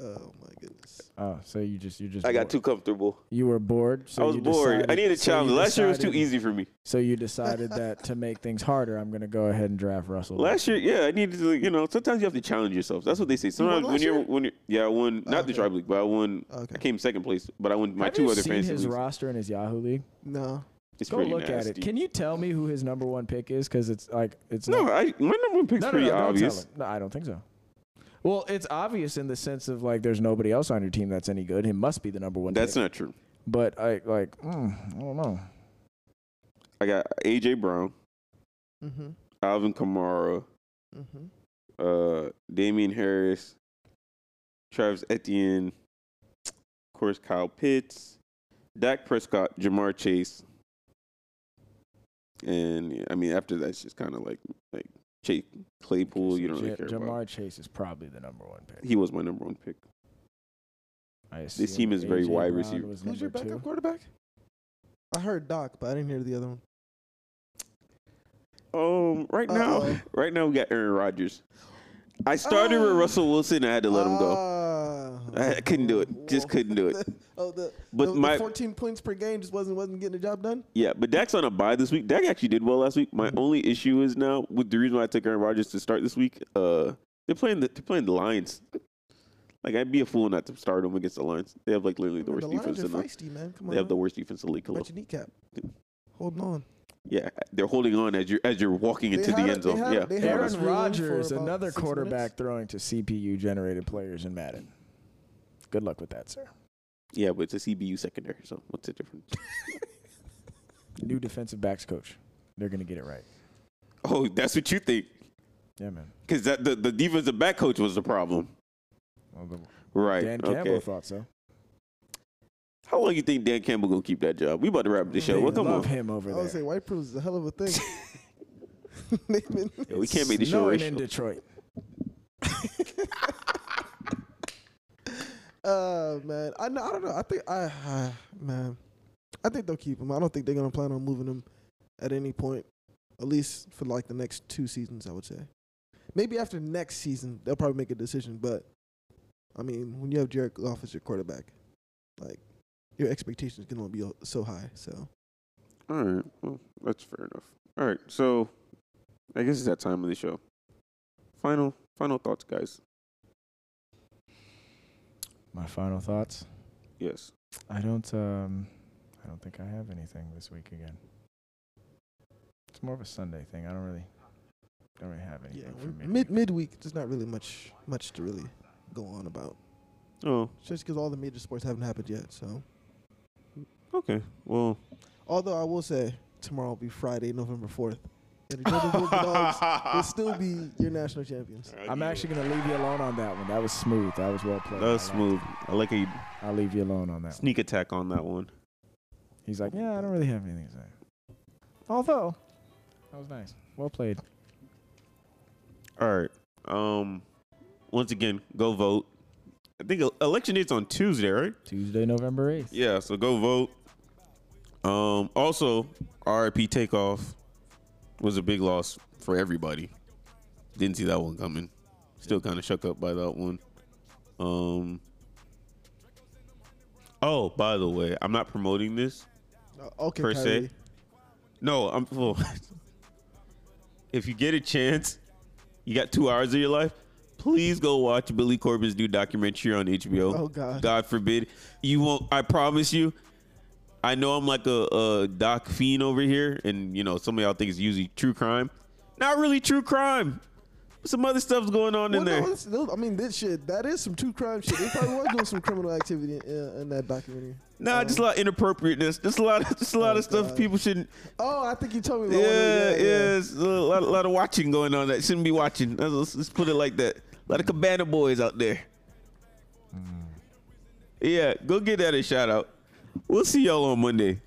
Oh my goodness. oh, so you just you just I got bored. too comfortable. You were bored. So I was you bored. I decided- needed a so you challenge. Last year was too decided- easy for me. So you decided that to make things harder, I'm gonna go ahead and draft Russell. Last year, yeah, I needed to, you know, sometimes you have to challenge yourself. That's what they say. won Sometimes when last you're, year? when you're, yeah, I won, not the Okay. Tribe League, but I won, Okay. I came second place, but I won my Have two you other seen fantasy his leagues. roster in his Yahoo league? No. It's Go pretty look nasty. at it. Can you tell me who his number one pick is? Because it's like it's no, not- I, my number one pick's no, no, pretty no, don't tell obvious. him. No, I don't think so. Well, it's obvious in the sense of like there's nobody else on your team that's any good. He must be the number one. That's pick. not true. But I like mm, I don't know. I got AJ Brown, Mm-hmm. Alvin Kamara, Mm-hmm. uh, Damian Harris, Travis Etienne, of course, Kyle Pitts, Dak Prescott, Jamar Chase. And yeah, I mean, after that, it's just kind of like like Chase Claypool. You don't really Ja- care Jamar about. Chase is probably the number one pick. He was my number one pick. I team assume is very AJ wide Brown receiver. was Who's your number two. backup quarterback? I heard Doc, but I didn't hear the other one. Um, right now, Uh-oh. right now we got Aaron Rodgers. I started with Oh. Russell Wilson. I had to let him go. go. I- I couldn't do it. Just couldn't do it. Ah. oh, the, But the, my- the 14 points per game just wasn't wasn't getting the job done. Yeah, but Dak's on a bye this week. Dak actually did well last week. My only issue is now with the reason why I took Aaron Rodgers to start this week. Uh, they're playing the they're playing the Lions. Like I'd be a fool not to start them against the Lions. They have like literally the Man, worst defense Lions in are the. feisty, man. Come on. They have the now. worst defense in the league. Hello. About your kneecap. Holding on. Yeah, they're holding on as you're as you're walking into had the it- end they zone. had it- Yeah, they had Aaron- us Aaron reeling for Rodgers, about another six minutes. quarterback throwing to CPU generated players in Madden. Good luck with that, sir. yeah, but it's a CBU secondary, so what's the difference? New defensive backs coach. They're gonna get it right. Oh, that's what you think? Yeah, man. Because that the, the defensive back coach was the problem, Well, the- right? Dan Campbell okay. thought so. How long you think Dan Campbell gonna keep that job? We about to wrap up the show. They Well, come love on. him over I there. would say white privilege is a hell of a thing. They've been- Yeah, we can't make the show Snowing racial. in Detroit. uh man, I, kn- I don't know. I think I uh, man, I think they'll keep him. I don't think they're gonna plan on moving him at any point, at least for like the next two seasons. I would say, maybe after next season they'll probably make a decision. But I mean, when you have Jared Goff as your quarterback, like your expectations can only be o- so high. So All right. Well, that's fair enough. All right. So, I guess it's that time of the show. Final, final thoughts, guys. My final thoughts. Yes. I don't. Um, I don't think I have anything this week again. It's more of a Sunday thing. I don't really. Don't really have yeah, anything for we're me. mid midweek, there's not really much much to really go on about. Oh, Just because all the major sports haven't happened yet. So, okay. Well, although I will say tomorrow will be Friday, November fourth, and the Georgia Bulldog Dogs will still be your national champions. I'm actually gonna leave you alone on that one. That was smooth. That was well played. that was I smooth. like- I like a I'll leave you alone on that. one. sneak attack on that one. He's like, yeah, I don't really have anything to say. Although, that was nice. Well played. All right. Um, once again, go vote. I think el- election is on Tuesday, right? Tuesday, November 8th. Yeah. So go vote. Um. Also, RIP takeoff was a big loss for everybody. Didn't see that one coming. Still kind of shook up by that one. Um. Oh, by the way, I'm not promoting this. Uh, okay, Per se. Kyrie. No, I'm. Well, if you get a chance, you got two hours of your life. Please go watch Billy Corbin's new documentary on HBO. Oh, God. God forbid you won't. I promise you. I know I'm like a, a doc fiend over here, and you know some of y'all think it's usually true crime. Not really true crime. Some other stuff's going on Well, in no, there. that's- those- I mean, this shit, that is some true crime shit. They probably was doing some criminal activity in, in that documentary. Nah, just a lot of inappropriateness. Just a lot of just a lot Oh, of stuff God. people shouldn't. Oh, I think you told me Yeah, about one of yeah, those. it's A lot, a lot of watching going on that shouldn't be watching. Let's- Let's, let's put it like that. A lot of cabana boys out there. Mm. Yeah, go get that a shout out. We'll see y'all on Monday.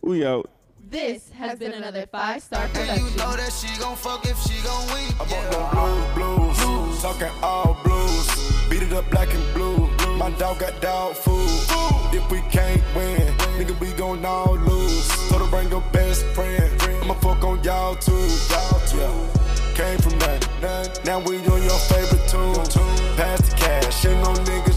We out. This has been another five star And you production. know that she gon' fuck if she gon' win. I'm Yeah. on them blue blues, talking all blues. Beat it up black and blue. My dog got dog food. If we can't win, nigga, we gon' all lose. So to bring your best friend, I'ma fuck on y'all too. Y'all too. Came from nothing, nothing. now we on your favorite tune. Pass the cash, ain't no nigga